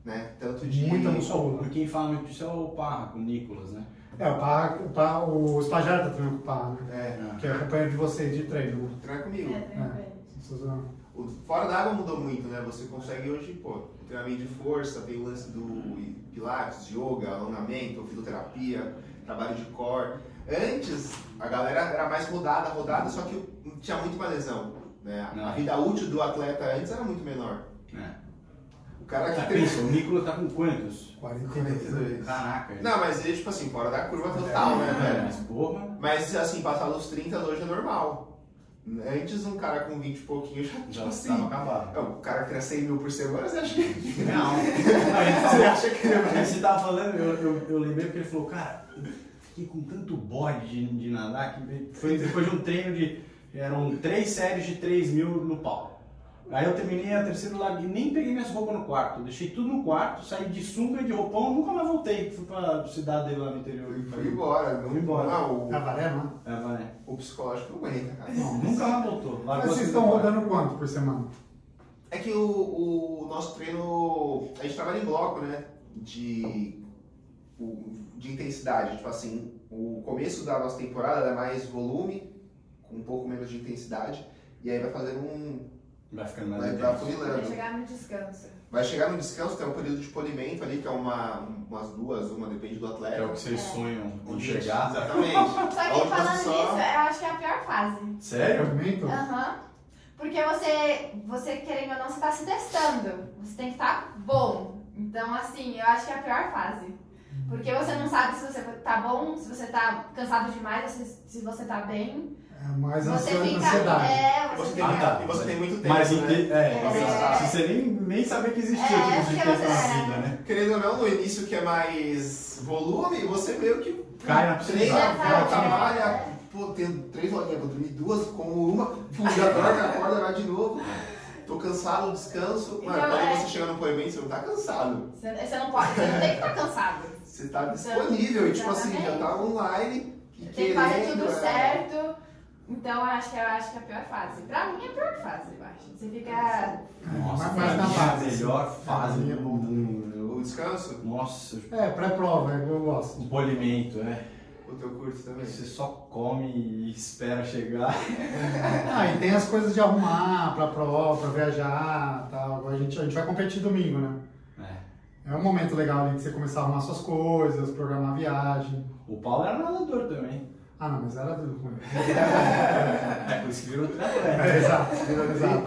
Speaker 3: né? Tanto de
Speaker 4: Muita musculação.
Speaker 1: Por quem fala muito disso é o Parra, o Nicolas, né?
Speaker 4: É, o, Parra, o, Parra, o estagiário tá treinando com o Parra, né?
Speaker 3: É,
Speaker 4: Que é companheiro de vocês de treino. né?
Speaker 3: treina
Speaker 5: É,
Speaker 3: comigo.
Speaker 5: tranquilo.
Speaker 3: O fora d'água mudou muito, né? Você consegue hoje, pô, treinamento de força, tem o lance do pilates, yoga, alongamento, fisioterapia, trabalho de core. Antes, a galera era mais rodada, rodada, só que tinha muito mais lesão, né? A
Speaker 1: Não.
Speaker 3: vida útil do atleta antes era muito menor.
Speaker 1: É.
Speaker 3: O cara
Speaker 1: Ah,
Speaker 3: que
Speaker 1: pensa, o Nicolas tá com quantos?
Speaker 4: 42. né?
Speaker 3: treina...
Speaker 1: Caraca.
Speaker 3: Não, mas ele, tipo assim, fora da curva total, né,
Speaker 1: É,
Speaker 3: velho?
Speaker 1: mas porra,
Speaker 3: Mas, assim, passar dos 30 hoje é normal. Antes, um cara com 20 e pouquinho já,
Speaker 1: já
Speaker 3: tipo assim...
Speaker 1: tava acabado.
Speaker 3: é, O cara que era 100 mil por semana, você acha que...
Speaker 1: Não, a gente
Speaker 3: Você
Speaker 1: falou
Speaker 3: acha que ele vai...
Speaker 1: Aí você tava falando, eu, eu, eu lembrei porque ele falou, cara, eu fiquei com tanto bode de, de nadar que foi depois de um treino de. Eram três séries de 3 mil no pau. Aí eu terminei a terceira largada e nem peguei minhas roupas no quarto. Eu Deixei tudo no quarto, saí de sunga e de roupão, nunca mais voltei. Fui pra cidade lá no interior.
Speaker 3: Eu Fui embora. Não,
Speaker 1: Fui embora.
Speaker 3: Não,
Speaker 4: Cabaré, não?
Speaker 1: É, vai.
Speaker 3: o, o psicológico não aguenta, cara.
Speaker 1: Nunca mais voltou.
Speaker 4: Mas
Speaker 1: Largou a
Speaker 4: vocês
Speaker 1: segunda
Speaker 4: estão
Speaker 1: hora.
Speaker 4: rodando quanto por semana?
Speaker 3: É que o, o nosso treino. A gente trabalha em bloco, né? De, o- de intensidade. Tipo assim, o começo da nossa temporada ela é mais volume, com um pouco menos de intensidade. E aí vai fazer um.
Speaker 1: Vai ficando mais
Speaker 3: Vai, vai
Speaker 1: intenso.
Speaker 5: Vai
Speaker 3: funilando.
Speaker 5: chegar no descanso.
Speaker 3: Vai chegar no descanso, tem um período de polimento ali, que é uma, umas duas, uma, depende do
Speaker 1: Que é
Speaker 3: atleta.
Speaker 1: o que vocês sonham em
Speaker 3: Onde-
Speaker 1: chegar.
Speaker 3: Exatamente.
Speaker 5: Só que
Speaker 3: Aonde
Speaker 5: falando
Speaker 3: você
Speaker 5: nisso,
Speaker 3: só-
Speaker 5: eu acho que é a pior fase.
Speaker 1: Sério?
Speaker 4: Aumento?
Speaker 5: Aham. Porque você, você, querendo ou não, você tá se testando. Você tem que estar bom. Então, assim, eu acho que é a pior fase. Porque você não sabe se você tá bom, se você tá cansado demais, se, se você tá bem.
Speaker 4: É mais
Speaker 5: você
Speaker 4: ansio-
Speaker 5: fica.
Speaker 4: ansiedade.
Speaker 5: É,
Speaker 3: E
Speaker 5: você
Speaker 3: você tem,
Speaker 5: fica.
Speaker 1: Ah, tá.
Speaker 3: e você tem muito tempo.
Speaker 1: Mas
Speaker 3: né?
Speaker 1: inte- é,
Speaker 5: É.
Speaker 1: mas se você nem, nem sabia que existia
Speaker 5: É,
Speaker 1: aquele tipo de
Speaker 5: porque você-
Speaker 1: tempo na vida, né?
Speaker 3: Querendo ou não, no início que é mais volume, você meio que
Speaker 1: Cai na piscina.
Speaker 5: Já
Speaker 3: treina,
Speaker 5: tá,
Speaker 1: né?
Speaker 3: fala,
Speaker 5: é, já
Speaker 3: trabalha.
Speaker 5: tá.
Speaker 3: Pô, tenho três horinhas, vou dormir duas, como uma, pum, já dorme, acorda, vai de novo. Tô cansado, descanso. Mano,
Speaker 5: Então,
Speaker 3: quando
Speaker 5: é.
Speaker 3: você chega no polimento, você não tá cansado.
Speaker 5: Você, você não pode, você não tem que estar cansado.
Speaker 3: Você tá disponível e tipo assim, já tá online e
Speaker 5: Então, Tem que
Speaker 3: querendo.
Speaker 5: fazer tudo
Speaker 3: é.
Speaker 5: certo. Então eu acho que eu acho que é a pior fase. Pra mim é a pior fase, eu acho. Você fica.
Speaker 1: Nossa,
Speaker 4: Mas-
Speaker 1: pra
Speaker 4: mas na
Speaker 1: mim é a
Speaker 4: fase.
Speaker 1: melhor fase
Speaker 4: Minha
Speaker 1: do
Speaker 4: bunda.
Speaker 1: mundo.
Speaker 3: O descanso,
Speaker 1: Nossa, eu-
Speaker 4: É, pré-prova, eu gosto.
Speaker 1: o polimento, é.
Speaker 3: o teu curso também.
Speaker 1: Você só come e espera chegar.
Speaker 4: Ah, e tem as coisas de arrumar pra prova, pra viajar tal. Agora a gente, a gente vai competir domingo, né?
Speaker 1: É.
Speaker 4: É um momento legal ali de você começar a arrumar suas coisas, programar a viagem.
Speaker 1: O Paulo era nadador também.
Speaker 4: Ah, não, mas era tudo ruim.
Speaker 1: É por isso que virou triatleta.
Speaker 4: É, exato, exato.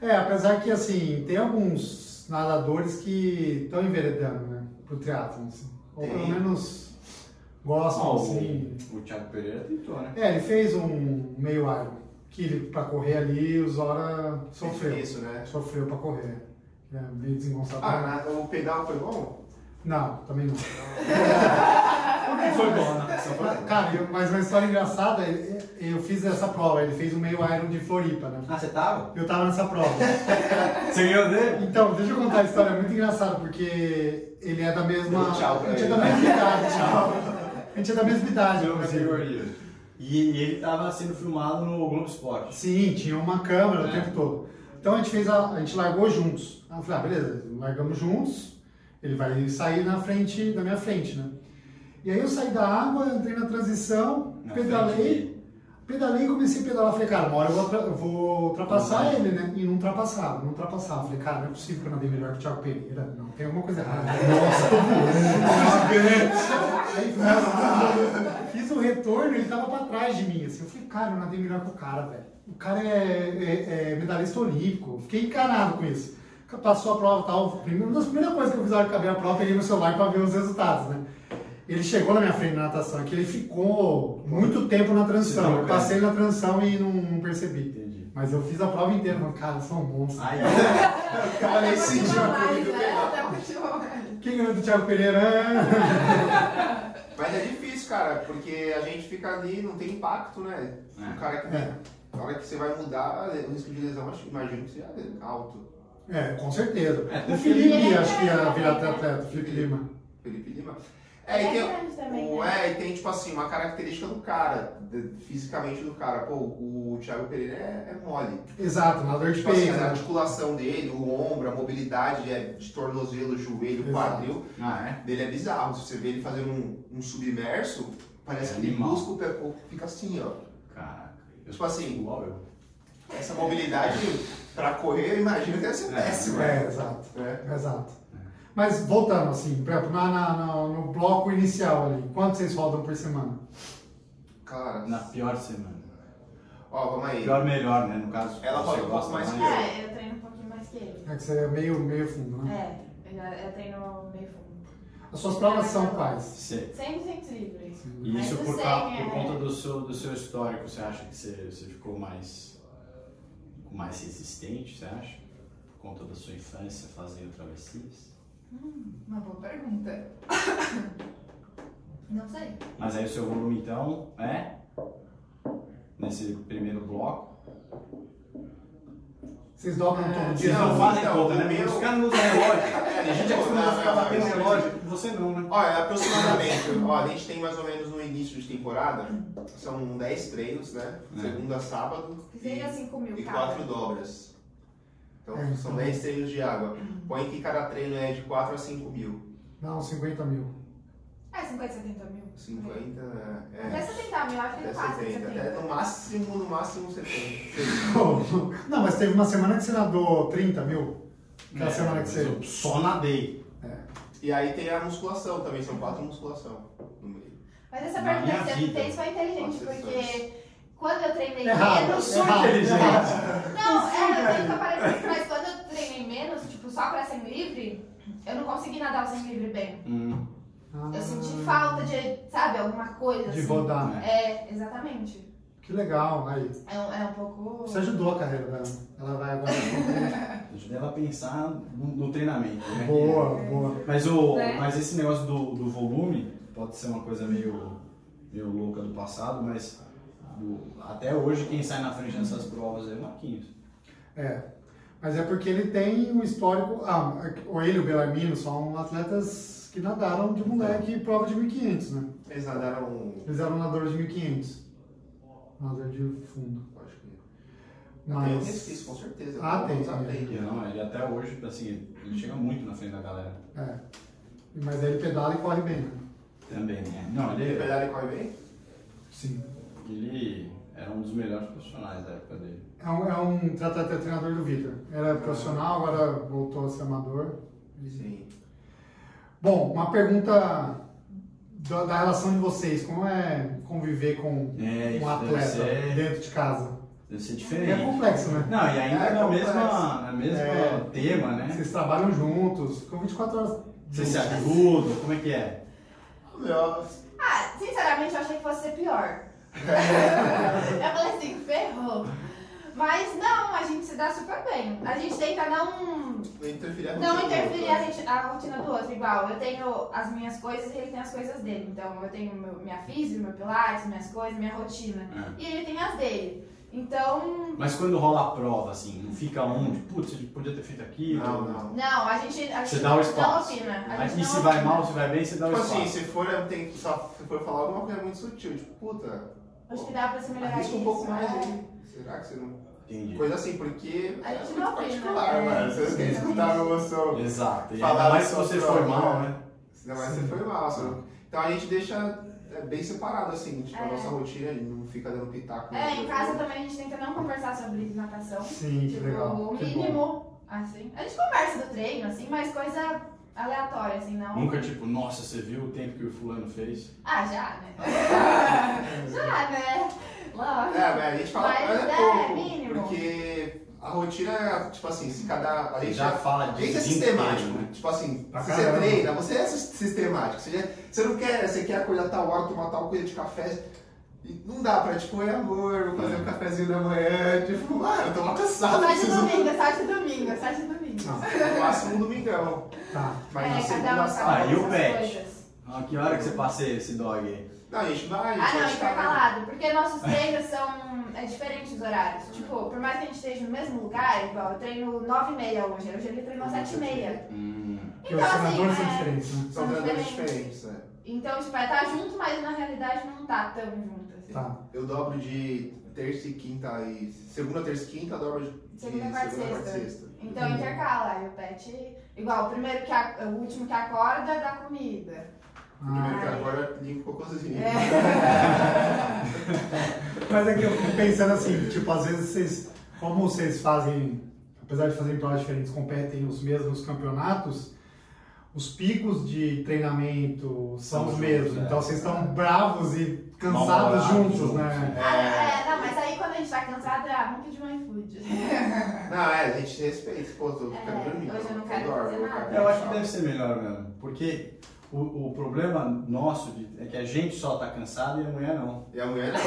Speaker 4: É, apesar que, assim, tem alguns nadadores que estão enveredando, né, pro triatlon, assim. Ou pelo
Speaker 3: Tem.
Speaker 4: menos gostam,
Speaker 1: Ó,
Speaker 4: assim.
Speaker 1: o, o Thiago Pereira tentou, né?
Speaker 4: É, ele fez um meio Iron, que ele, pra correr ali, o Zora sofreu.
Speaker 3: Isso, né?
Speaker 4: Sofreu pra correr. É, meio desengonçado.
Speaker 3: Ah, na- o pedal foi bom?
Speaker 4: Não, também não. É,
Speaker 1: Foi
Speaker 3: Ah,
Speaker 1: bom, né? Só foi-
Speaker 4: Cara, eu- mas uma história engraçada, eu, eu fiz essa prova, ele fez um meio Iron de Floripa, né?
Speaker 1: Ah, você tava?
Speaker 4: Eu tava nessa prova.
Speaker 1: Você ganhou dele?
Speaker 4: Então, deixa eu contar a história, é muito engraçado, porque ele é da mesma.
Speaker 3: Deu tchau pra
Speaker 4: a gente é
Speaker 3: ele.
Speaker 4: da mesma idade, tchau. A gente é da mesma idade,
Speaker 1: Ganhou
Speaker 4: inclusive.
Speaker 1: categoria. E, e ele tava sendo filmado no Globo Esporte.
Speaker 4: Sim, tinha uma câmera
Speaker 1: É.
Speaker 4: o tempo todo. Então a gente fez a. A gente largou juntos. Aí eu falei, ah, beleza, largamos juntos, ele vai sair na frente, da minha frente, né? E aí eu saí da água, entrei na transição,
Speaker 1: Na
Speaker 4: pedalei.
Speaker 1: frente
Speaker 4: Pedalei e comecei a pedalar. Falei, cara, uma hora eu vou, atra- eu vou ultrapassar
Speaker 1: Uhum.
Speaker 4: ele, né? E não ultrapassava, não ultrapassava. Falei, cara, não é possível que eu nadei melhor que o Thiago Pereira. Não, tem alguma coisa errada. Nossa, tô voando. Fiz o retorno, ele tava pra trás de mim. Assim. Eu falei, cara, eu nadei melhor que o cara, velho. O cara é, é- é medalhista olímpico. Fiquei encanado com isso. Passou a prova e tal. Primeiro- Uma das primeiras coisas que eu fiz na hora que acabei a prova, peguei meu celular pra ver os resultados, né? Ele chegou na minha frente na natação, é que ele ficou muito tempo na
Speaker 1: Você
Speaker 4: transição.
Speaker 1: trocou,
Speaker 4: Eu passei na transição e não, não percebi.
Speaker 1: Entendi.
Speaker 4: Mas eu fiz a prova inteira, mano. Cara, são monstros.
Speaker 1: Aí,
Speaker 4: O cara nem sentiu a coisa.
Speaker 5: mais, né? Até o último mais.
Speaker 4: Quem ganhou do Thiago Pereira?
Speaker 3: Mas é difícil, cara, porque a gente fica ali, não tem impacto, né? O cara que.
Speaker 4: É.
Speaker 3: Na hora que você vai mudar, é, o risco de lesão, acho, imagino que seja alto.
Speaker 4: É, com certeza.
Speaker 1: É, um
Speaker 4: O Felipe,
Speaker 5: Felipe
Speaker 4: acho que ia
Speaker 5: Lima,
Speaker 4: virar
Speaker 5: né?
Speaker 4: atleta. Felipe Lima.
Speaker 3: Felipe Lima. É, e
Speaker 5: Ele É,
Speaker 3: tem,
Speaker 5: grande também, né?
Speaker 3: é, e tem, tipo assim, uma característica do cara, de- fisicamente do cara. Pô, o Thiago Pereira é, é mole.
Speaker 4: Exato, nadador de
Speaker 3: Tipo assim,
Speaker 4: peito.
Speaker 3: a
Speaker 4: né?
Speaker 3: articulação dele, o ombro, a mobilidade é, de tornozelo, joelho,
Speaker 4: Exato.
Speaker 3: quadril,
Speaker 1: Ah, é?
Speaker 3: dele é bizarro. Se você vê ele fazendo um, um submerso, parece
Speaker 1: É
Speaker 3: que ele
Speaker 1: animal.
Speaker 3: busca o pé, pô, fica assim, ó.
Speaker 1: Caraca. Eu
Speaker 3: Tipo assim,
Speaker 1: igual eu.
Speaker 3: Essa mobilidade pra correr, eu imagino que deve ser
Speaker 1: É,
Speaker 3: péssima.
Speaker 4: É, exato.
Speaker 3: né?
Speaker 4: Exato. Mas voltando, assim, por exemplo, na, na- na- no bloco inicial ali, quanto vocês rodam por semana?
Speaker 3: Cara,
Speaker 1: Na pior semana.
Speaker 3: ó, vamos aí.
Speaker 1: Pior melhor, né? No caso.
Speaker 3: Ela
Speaker 1: você
Speaker 3: roda um pouco
Speaker 1: gosta
Speaker 3: mais que eu.
Speaker 5: É, eu treino um pouquinho mais que ele.
Speaker 4: É que você é meio, meio fundo,
Speaker 3: Uhum.
Speaker 4: né?
Speaker 5: É, eu, já- eu treino meio fundo.
Speaker 4: As suas provas são quais?
Speaker 1: Você-
Speaker 5: Sempre, sempre livre.
Speaker 1: E
Speaker 5: Mas
Speaker 1: isso
Speaker 5: eu
Speaker 1: por,
Speaker 5: sei,
Speaker 1: ca-
Speaker 5: é.
Speaker 1: por conta do seu, do seu histórico, você acha que você, você ficou mais, com mais resistente, você acha? Por conta da sua infância fazendo travessias?
Speaker 5: Uma boa pergunta. Não sei.
Speaker 1: Mas aí o seu volume então é? Nesse primeiro bloco.
Speaker 4: Vocês dobram todo dia?
Speaker 1: Vocês não
Speaker 3: Não,
Speaker 1: fazem
Speaker 3: então,
Speaker 1: conta, né?
Speaker 3: o
Speaker 1: Meu...
Speaker 3: meu-
Speaker 1: Os caras não usam relógio.
Speaker 3: É,
Speaker 1: A gente é acostumado a ficar batendo relógio. Você não, né?
Speaker 3: Olha, é aproximadamente, ó, a gente tem mais ou menos no início de temporada, são 10 treinos, né?
Speaker 1: É.
Speaker 3: Segunda a sábado
Speaker 5: Que seja
Speaker 3: e,
Speaker 5: 5 mil
Speaker 3: e
Speaker 5: cada.
Speaker 3: 4 dobras. Então
Speaker 4: É,
Speaker 3: são
Speaker 4: então-
Speaker 3: 10 treinos de água. Põe que cada treino é de 4 a 5 mil.
Speaker 4: Não, 50 mil.
Speaker 5: É, 50, 70 mil.
Speaker 3: 50, né?
Speaker 5: Até
Speaker 3: é.
Speaker 5: 70 mil, acho que ele passa.
Speaker 3: Até 70, até no máximo, no máximo 70.
Speaker 4: Não, mas teve uma semana que você nadou 30 mil. Aquela
Speaker 1: É,
Speaker 4: semana que
Speaker 1: mas
Speaker 4: você.
Speaker 1: eu Só nadei.
Speaker 3: E aí tem a musculação também, são quatro musculação no meio.
Speaker 5: Mas essa
Speaker 1: Na
Speaker 5: pergunta
Speaker 1: minha
Speaker 5: que você me
Speaker 1: vida.
Speaker 5: fez foi inteligente,
Speaker 3: Nossa,
Speaker 5: porque quando É, eu treinei
Speaker 4: Errado,
Speaker 5: menos. é,
Speaker 1: sou
Speaker 4: errado,
Speaker 1: inteligente.
Speaker 4: errado.
Speaker 5: Não, é, eu nunca parei pra isso, mas quando eu treinei menos, tipo, só pra sem livre, eu não consegui nadar o sem livre bem.
Speaker 1: Hum.
Speaker 4: Ah,
Speaker 5: Eu senti falta de, sabe, alguma coisa
Speaker 4: De
Speaker 5: assim.
Speaker 4: rodar.
Speaker 1: né?
Speaker 5: É, exatamente.
Speaker 4: Que legal, aí.
Speaker 5: É um, é um pouco.
Speaker 4: Você ajudou a carreira dela. Ela vai agora.
Speaker 1: Ajudei ela É, a pensar no, no treinamento. Né?
Speaker 4: boa, boa.
Speaker 1: Mas, o,
Speaker 5: Né?
Speaker 1: mas esse negócio do, do volume pode ser uma coisa meio, meio louca do passado, mas do- até hoje quem sai na frente nessas provas é o Marquinhos.
Speaker 4: É. Mas é porque ele tem um histórico. Ah, o ele e o Belarmino são atletas que nadaram de moleque em prova de 1500, né?
Speaker 3: Eles nadaram, um,
Speaker 4: Eles eram nadadores de 1500. Nadador de fundo.
Speaker 3: acho que. Tem um
Speaker 4: Mas.
Speaker 3: resquício, com certeza.
Speaker 4: Ah,
Speaker 3: Não
Speaker 4: tem,
Speaker 3: desaprende,
Speaker 1: E
Speaker 3: né?
Speaker 1: Não, ele até hoje, assim, ele chega muito na frente da galera.
Speaker 4: É. Mas aí ele pedala e corre bem, né?
Speaker 1: Também, né? Não,
Speaker 3: Ele
Speaker 1: ele,
Speaker 3: pedala e corre bem?
Speaker 4: Sim.
Speaker 1: ele era um dos melhores profissionais da época dele.
Speaker 4: É um, é um atleta treinador do Vitor. Era profissional, agora voltou a ser amador.
Speaker 3: Sim.
Speaker 4: Bom, uma pergunta da, da relação de vocês. Como é conviver com
Speaker 1: É, isso
Speaker 4: um atleta
Speaker 1: deve ser,
Speaker 4: dentro de casa?
Speaker 1: deve ser
Speaker 4: É
Speaker 1: diferente.
Speaker 4: complexo, né?
Speaker 1: Não, e ainda
Speaker 3: É
Speaker 1: na
Speaker 3: complexo.
Speaker 1: mesma, na mesma
Speaker 4: É.
Speaker 1: tema, né?
Speaker 4: Vocês trabalham juntos, ficam 24 horas.
Speaker 1: Você se
Speaker 4: juntos.
Speaker 1: ajuda, como é que é?
Speaker 3: Melhor.
Speaker 5: Ah, sinceramente eu achei que fosse ser pior. eu falei assim, ferrou. Mas não, a gente se dá super bem. A gente tenta não,
Speaker 3: Não interferir a
Speaker 5: não
Speaker 3: rotina do
Speaker 5: interferir
Speaker 3: outro,
Speaker 5: a,
Speaker 3: né?
Speaker 5: gente- a rotina do outro. Igual, eu tenho as minhas coisas e ele tem as coisas dele. Então eu tenho meu- minha física, meu pilates, minhas coisas, minha rotina.
Speaker 1: É.
Speaker 5: E ele tem as dele. Então,
Speaker 1: Mas quando rola a prova, assim, não fica onde, putz, ele podia ter feito aquilo.
Speaker 3: Não, não.
Speaker 5: não, a gente, a
Speaker 1: Você
Speaker 5: gente
Speaker 1: dá o
Speaker 5: não
Speaker 1: espaço.
Speaker 5: opina. A
Speaker 1: Mas
Speaker 5: gente
Speaker 1: e
Speaker 5: não
Speaker 1: se vai
Speaker 5: opina.
Speaker 1: mal, se vai bem, você dá o
Speaker 3: Tipo assim,
Speaker 1: espaço.
Speaker 3: se for, eu tenho que só- se for falar alguma coisa muito sutil, tipo, puta,
Speaker 5: Acho que dá pra se melhorar
Speaker 3: arrisca
Speaker 5: isso.
Speaker 3: um pouco mais
Speaker 5: é.
Speaker 3: aí. Será que você não.
Speaker 1: Entendi.
Speaker 3: Coisa assim, porque.
Speaker 5: A gente
Speaker 3: é
Speaker 5: não
Speaker 3: muito
Speaker 5: aprende,
Speaker 3: particular,
Speaker 5: né?
Speaker 3: mano. Você não quer escutar a emoção.
Speaker 1: Exato. E
Speaker 3: Falar
Speaker 1: ainda mais se
Speaker 3: da sua
Speaker 1: você
Speaker 3: prova,
Speaker 1: for mal,
Speaker 3: né?
Speaker 1: né?
Speaker 3: Ainda mais você foi mal, sabe? Então a gente deixa é, bem separado, assim, tipo, a
Speaker 5: É.
Speaker 3: nossa rotina, a gente não fica dando pitaco.
Speaker 5: É, em casa também a gente tenta não conversar sobre natação.
Speaker 4: Sim, que
Speaker 5: tipo,
Speaker 4: legal.
Speaker 5: o
Speaker 4: que bom.
Speaker 5: mínimo, assim. A gente conversa do treino, assim, mas coisa aleatória, assim, não.
Speaker 1: Nunca tipo, nossa, você viu o tempo que o fulano fez?
Speaker 5: Ah, já, né? já, né? Lógico.
Speaker 3: É, velho, a gente fala
Speaker 5: Mas
Speaker 3: mas
Speaker 5: é,
Speaker 3: é pouco,
Speaker 5: mínimo.
Speaker 3: porque a rotina, tipo assim, se cada... A
Speaker 1: Você
Speaker 3: gente
Speaker 1: já fala
Speaker 3: a
Speaker 1: disso.
Speaker 3: gente é
Speaker 1: o dia
Speaker 3: sistemático,
Speaker 1: inteiro, né?
Speaker 3: tipo assim,
Speaker 4: Pra
Speaker 3: se
Speaker 4: caramba.
Speaker 3: você treina, você é sis- sistemático, você, já- você não quer, você quer acordar tal hora, tomar tal coisa de café, e não dá pra, tipo, é amor, vou fazer um cafezinho da manhã, tipo, mano, eu tô mal cansado,
Speaker 5: Só de
Speaker 3: preciso
Speaker 5: domingo, só de domingo, só de domingo.
Speaker 4: Ah,
Speaker 3: no máximo um domingão,
Speaker 4: tá.
Speaker 3: mas na
Speaker 5: é,
Speaker 3: segunda
Speaker 5: cada um
Speaker 3: sábado...
Speaker 5: sabe
Speaker 1: Ah, e o
Speaker 5: suas
Speaker 1: pet?
Speaker 5: coisas.
Speaker 1: Ah, que hora que você passeia esse dog aí?
Speaker 3: Não, a gente vai, a
Speaker 5: Ah,
Speaker 3: gente
Speaker 5: não,
Speaker 3: vai ficar-
Speaker 5: intercalado, porque nossos treinos são é, diferentes os horários. Tipo, por mais que a gente esteja no mesmo lugar, igual eu treino 9h30 hoje, hoje ele treinou 7h30.
Speaker 1: Hum,
Speaker 4: Porque
Speaker 5: Então,
Speaker 4: os treinadores são
Speaker 5: assim, é,
Speaker 4: diferentes, né?
Speaker 3: São treinadores
Speaker 5: Diferente.
Speaker 3: diferentes, né?
Speaker 5: Então, tipo, é tá junto, mas na realidade não tá tão junto. assim.
Speaker 4: Tá.
Speaker 3: Eu dobro de terça e quinta e. Segunda, terça e quinta, dobro de
Speaker 5: Segunda,
Speaker 3: de
Speaker 5: quarta e sexta. Então intercala, aí o pet. Igual, o primeiro que a- o último que acorda dá comida.
Speaker 4: Ah,
Speaker 3: Primeiro que agora limpo o cocôzinho.
Speaker 5: É.
Speaker 4: Mas é que eu fico pensando assim, tipo, às vezes vocês, como vocês fazem, apesar de fazerem provas diferentes, competem os mesmos campeonatos, os picos de treinamento são
Speaker 1: São
Speaker 4: os
Speaker 1: juntos,
Speaker 4: mesmos.
Speaker 1: é.
Speaker 4: Então vocês estão bravos e cansados
Speaker 1: Mal-humorados
Speaker 4: juntos, né?
Speaker 5: Ah, é, não, mas aí quando a gente tá cansado, ah, vamos pedir um iFood.
Speaker 3: Não, é, a gente respeita. Pô, tô
Speaker 5: É,
Speaker 3: ficando dormindo.
Speaker 5: hoje eu não quero
Speaker 3: dorme,
Speaker 5: fazer
Speaker 3: eu
Speaker 5: nada.
Speaker 3: quero
Speaker 1: Eu acho que
Speaker 3: pensar.
Speaker 1: deve ser melhor mesmo, porque o, o problema nosso de- é que a gente só tá cansado e a mulher não.
Speaker 3: E é a mulher não.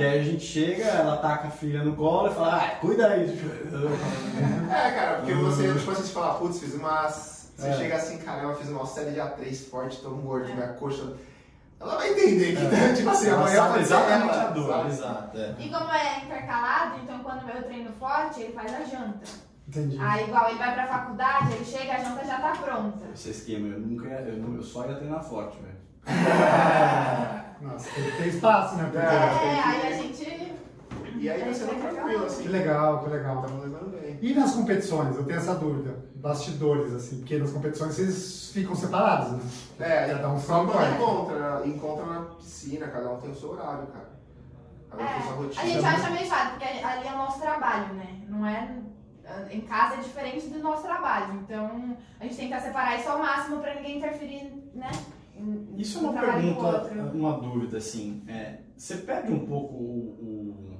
Speaker 1: E aí a gente chega, ela taca a filha no colo e fala, ah, cuida aí.
Speaker 3: é, cara, porque você, tipo, você fala, putz, fiz umas. Você
Speaker 1: Ah. É.
Speaker 3: chega assim, caramba, fiz uma série de A3 forte, tô gordo,
Speaker 5: É.
Speaker 3: minha coxa. Ela vai entender que, né, tipo assim,
Speaker 1: É. Ela
Speaker 3: amanhã
Speaker 1: sabe
Speaker 3: pode ser
Speaker 1: exatamente
Speaker 3: ela,
Speaker 1: a dor.
Speaker 3: sabe?
Speaker 1: Exato, é.
Speaker 5: E como é intercalado, então quando eu treino forte, ele faz a janta.
Speaker 4: Entendi.
Speaker 5: Aí, igual ele vai pra faculdade, ele chega, a janta já tá pronta.
Speaker 1: Esse esquema, eu nunca ia, eu, nu- eu só ia treinar forte, velho.
Speaker 4: Nossa, tem que ter espaço, né? Porque...
Speaker 5: É, aí a gente.
Speaker 3: E
Speaker 5: É,
Speaker 3: aí tá sendo tranquilo,
Speaker 1: É.
Speaker 3: assim.
Speaker 4: Que legal, que legal.
Speaker 3: Estamos levando bem.
Speaker 4: E nas competições, eu tenho essa dúvida, bastidores, assim, porque nas competições vocês ficam separados, né?
Speaker 3: É,
Speaker 4: Cada um só
Speaker 3: Só
Speaker 4: no
Speaker 3: quando
Speaker 4: quarto.
Speaker 3: encontra, encontra na piscina, cada um tem o seu horário, cara. Cada um tem sua
Speaker 5: É,
Speaker 3: rotina.
Speaker 5: a
Speaker 1: né?
Speaker 5: gente acha meio chato, porque ali é o nosso trabalho, né? Não é. Em casa é diferente do nosso trabalho. Então a gente tenta separar isso ao máximo pra ninguém interferir, né? em-
Speaker 1: Isso é
Speaker 5: no
Speaker 1: uma
Speaker 5: trabalho do
Speaker 1: pergunta,
Speaker 5: outro.
Speaker 1: uma dúvida, assim. é, você perde um pouco o, o-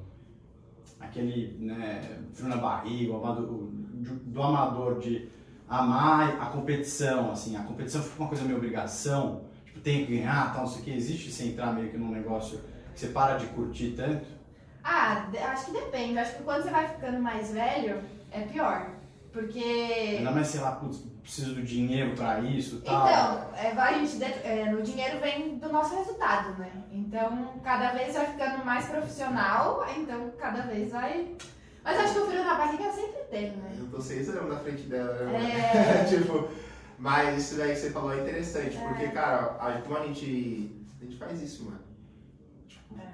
Speaker 1: aquele né, frio na barriga, o amado- o- do, do amador de amar a competição, assim. A competição fica uma coisa meio obrigação, tipo, tem que ganhar, tal, não sei o que. Existe você entrar meio que num negócio que você para de curtir tanto?
Speaker 5: Ah, de- acho que depende. Acho que quando você vai ficando mais velho, é pior. Porque.
Speaker 1: Ainda mais, sei lá, putz, preciso do dinheiro pra isso, tal.
Speaker 5: Então, é, vai, a gente de- é, o dinheiro vem do nosso resultado, né? Então, cada vez vai ficando mais profissional, então cada vez vai. Mas acho que o frio na barriga sempre tem, né?
Speaker 3: Eu tô seis anos na frente dela, né?
Speaker 5: É,
Speaker 3: tipo, mas isso daí que você falou é interessante, porque, cara, a, como a gente. A gente faz isso, mano. Tipo,
Speaker 5: É.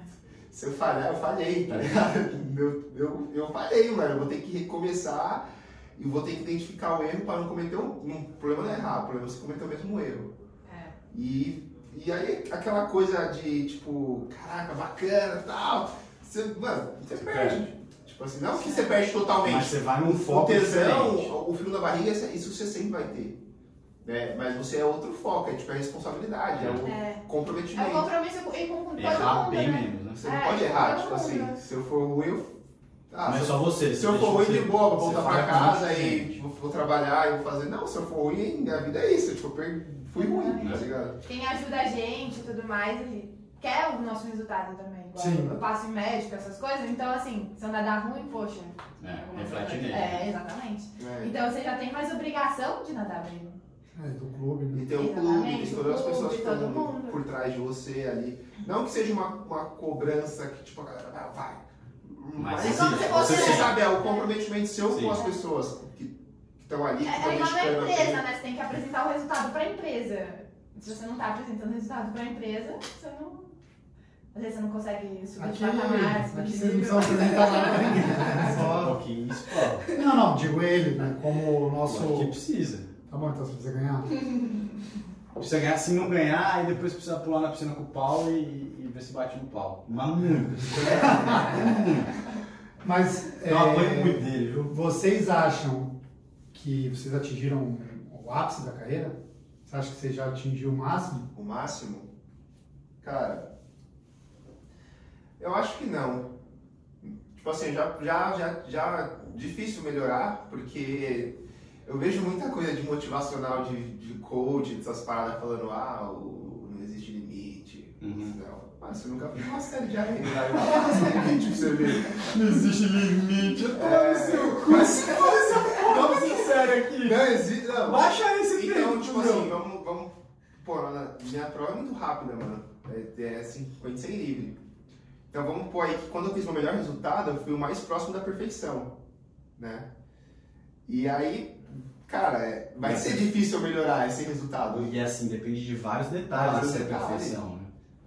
Speaker 3: se eu falhar, eu falhei, tá ligado? Eu, eu, eu falhei, mano. Eu vou ter que recomeçar e vou ter que identificar o erro para não cometer um. um problema não é errar, o problema é você cometer o mesmo erro.
Speaker 5: é.
Speaker 3: E, e aí aquela coisa de tipo, caraca, bacana tal. Você, mano, você perde. Tipo assim, não que você
Speaker 1: Mas
Speaker 3: perde totalmente.
Speaker 1: você vai num
Speaker 3: O
Speaker 1: foco é diferente.
Speaker 3: tesão, o frio da barriga, isso você sempre vai ter. Né? Mas você é outro foco, é tipo a responsabilidade, é o
Speaker 5: É, é um
Speaker 3: comprometimento.
Speaker 5: compromisso com, e com, com todo
Speaker 1: Errar
Speaker 5: mundo,
Speaker 1: bem
Speaker 5: né?
Speaker 1: menos, é né?
Speaker 3: Você não
Speaker 5: É,
Speaker 3: pode
Speaker 5: é
Speaker 3: errar,
Speaker 5: todo
Speaker 3: tipo
Speaker 5: mundo.
Speaker 3: assim, se eu for ruim, eu. Ah,
Speaker 1: Não é
Speaker 3: se, eu-
Speaker 1: só você.
Speaker 3: se eu
Speaker 1: deixa
Speaker 3: for ruim
Speaker 1: você-
Speaker 3: de boa, vou
Speaker 1: você
Speaker 3: voltar
Speaker 1: falha
Speaker 3: pra
Speaker 1: com
Speaker 3: casa
Speaker 1: muita
Speaker 3: e
Speaker 1: gente.
Speaker 3: tipo, vou trabalhar e vou fazer. Não, se eu for ruim, a vida é isso, tipo, eu per- fui ruim, tá
Speaker 1: É.
Speaker 3: ligado?
Speaker 5: Quem ajuda a gente e tudo mais, ele quer o nosso resultado também. Igual
Speaker 4: Sim.
Speaker 5: Eu passo em médico, essas coisas. Então, assim, se andar dar ruim, poxa.
Speaker 1: É,
Speaker 5: alguma
Speaker 1: reflete
Speaker 5: coisa-
Speaker 1: nele.
Speaker 5: É, exatamente.
Speaker 3: né?
Speaker 5: Então você já tem mais obrigação de nadar bem.
Speaker 4: É, do clube, né?
Speaker 3: E tem um
Speaker 5: Exatamente,
Speaker 3: clube, tem
Speaker 5: o
Speaker 3: todas as
Speaker 5: clube,
Speaker 3: pessoas que
Speaker 5: todo
Speaker 3: estão
Speaker 5: mundo.
Speaker 3: por trás de você ali. Não que seja uma, uma cobrança que, tipo, a galera vai, vai.
Speaker 1: Mas
Speaker 3: Mas
Speaker 5: É como
Speaker 1: existe,
Speaker 5: se
Speaker 3: você
Speaker 5: fosse-
Speaker 1: você
Speaker 3: sabe, é o comprometimento seu
Speaker 1: Sim.
Speaker 3: com as pessoas que que estão ali, que
Speaker 5: É
Speaker 3: estão
Speaker 5: igual na
Speaker 3: dedicando
Speaker 5: empresa,
Speaker 3: aquilo.
Speaker 5: né? Você tem que apresentar o resultado pra empresa. Se você não tá apresentando o resultado pra empresa, você não. Às vezes você não consegue subir
Speaker 4: Aqui,
Speaker 5: de patamar, subir
Speaker 4: aqui né,
Speaker 5: de
Speaker 4: vocês não
Speaker 5: nível.
Speaker 4: precisam apresentar nada pra ninguém. né?
Speaker 1: Um
Speaker 4: Só...
Speaker 1: pouquinho isso, pô.
Speaker 4: Não, não, digo ele, né? Como o nosso.
Speaker 1: Aqui precisa.
Speaker 4: Tá bom, então se você ganhar.
Speaker 1: Precisa ganhar, se não ganhar, aí depois precisa pular na piscina com o pau e, e ver se bate no pau. Mas muito.
Speaker 4: Mas. é,
Speaker 1: Eu apanho muito dele, viu?
Speaker 4: Vocês acham que vocês atingiram o ápice da carreira? Você acha que você já atingiu o máximo?
Speaker 3: O máximo? Cara, eu acho que não. Tipo assim, já, já, já, já difícil melhorar, porque eu vejo muita coisa de motivacional, de, de coach, dessas paradas falando, ah, o, não existe limite.
Speaker 1: Uhum.
Speaker 3: Não. Mas você nunca viu uma série de arena, né? Não existe limite pra você ver.
Speaker 4: Não existe limite, eu
Speaker 3: É, mas- vamos ser sérios aqui. Não existe, não.
Speaker 1: Baixa esse
Speaker 3: Então, tipo assim, vamos, vamos. Pô, na- minha prova é muito rápida, mano. É, é 50 sem livre. Então vamos pôr aí que quando eu fiz meu melhor resultado, eu fui o mais próximo da perfeição. Né? E aí, cara, é- vai ser difícil eu melhorar esse resultado.
Speaker 1: E assim, depende de vários detalhes
Speaker 3: Vários
Speaker 1: dessa
Speaker 3: detalhes.
Speaker 1: perfeição, né?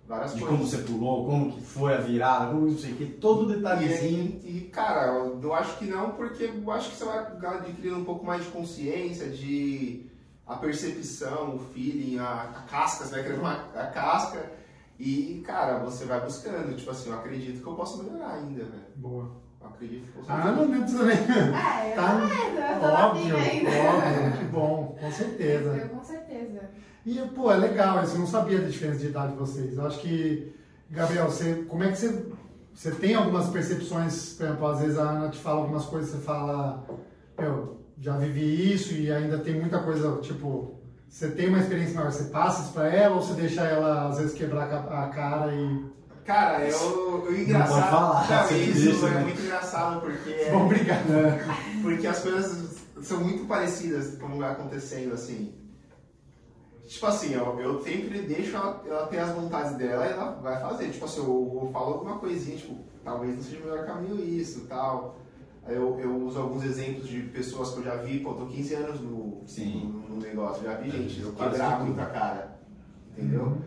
Speaker 3: Várias
Speaker 1: De
Speaker 3: coisas.
Speaker 1: como você pulou, como que foi a virada, como não sei o que, todo
Speaker 3: E,
Speaker 1: detalhezinho.
Speaker 3: aí, e, cara, eu eu acho que não, porque eu acho que você vai adquirindo um pouco mais de consciência, de a percepção, o feeling, a, a casca, você vai criando uma, a casca. E, cara, você vai buscando. Tipo assim, eu acredito que eu posso melhorar ainda, velho.
Speaker 4: Boa.
Speaker 3: Eu acredito que eu posso
Speaker 4: Ah, não, não também.
Speaker 5: É, eu
Speaker 4: Tá
Speaker 5: eu tô na
Speaker 4: Óbvio,
Speaker 5: vida ainda.
Speaker 4: óbvio, que bom, com certeza.
Speaker 5: Eu, com certeza.
Speaker 4: E, pô, é legal isso, eu não sabia da diferença de idade de vocês. Eu acho que, Gabriel, você, como é que você, você tem algumas percepções, por exemplo, às vezes a Ana te fala algumas coisas, você fala, eu já vivi isso e ainda tem muita coisa, tipo, você tem uma experiência maior, você passa isso pra ela ou você deixa ela, às vezes, quebrar a ca- a cara e...
Speaker 3: Cara, eu, eu engraçado.
Speaker 1: pode falar,
Speaker 3: Não,
Speaker 1: você
Speaker 3: isso
Speaker 1: deixa,
Speaker 3: é
Speaker 1: né?
Speaker 3: muito engraçado porque. é-
Speaker 4: Bom, obrigado.
Speaker 3: Porque as coisas são muito parecidas como vai acontecendo, assim. Tipo assim, eu, eu sempre deixo ela, ela ter as vontades dela e ela vai fazer. Tipo assim, eu, eu falo alguma coisinha, tipo, talvez não seja o melhor caminho isso tal. Eu, eu uso alguns exemplos de pessoas que eu já vi, pô, eu tô 15 anos no,
Speaker 1: Sim.
Speaker 3: no, no negócio, já vi
Speaker 2: Eu
Speaker 3: gente
Speaker 2: quase
Speaker 3: quebrar
Speaker 2: tudo. Uhum.
Speaker 3: muita cara, entendeu?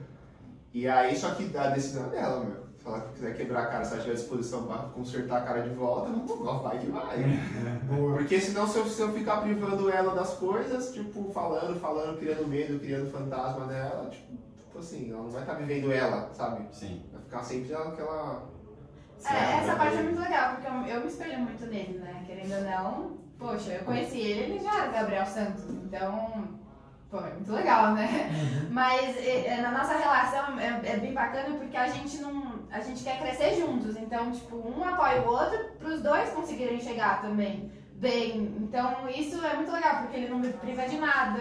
Speaker 3: E aí, só que a decisão é dela, meu. Se ela quiser quebrar a cara, se ela tiver disposição pra consertar a cara de volta, ó, vai que
Speaker 2: É,
Speaker 3: vai.
Speaker 4: Boa.
Speaker 3: Porque senão, se eu, se eu ficar privando ela das coisas, tipo, falando, falando, criando medo, criando fantasma dela, tipo, tipo assim, ela não vai estar vivendo ela, sabe?
Speaker 1: Sim.
Speaker 3: Vai ficar sempre aquela.
Speaker 5: É, essa
Speaker 2: Certo.
Speaker 5: parte é muito legal, porque eu, eu me espelho muito nele, né? Querendo ou não, poxa, eu conheci ele, ele já era Gabriel Santos, então, pô, é muito legal, né? Mas é, é, na nossa relação é, é bem bacana porque a gente não. A gente quer crescer juntos, então, tipo, um apoia o outro pros dois conseguirem chegar também bem. Então, isso é muito legal, porque ele não me priva de nada,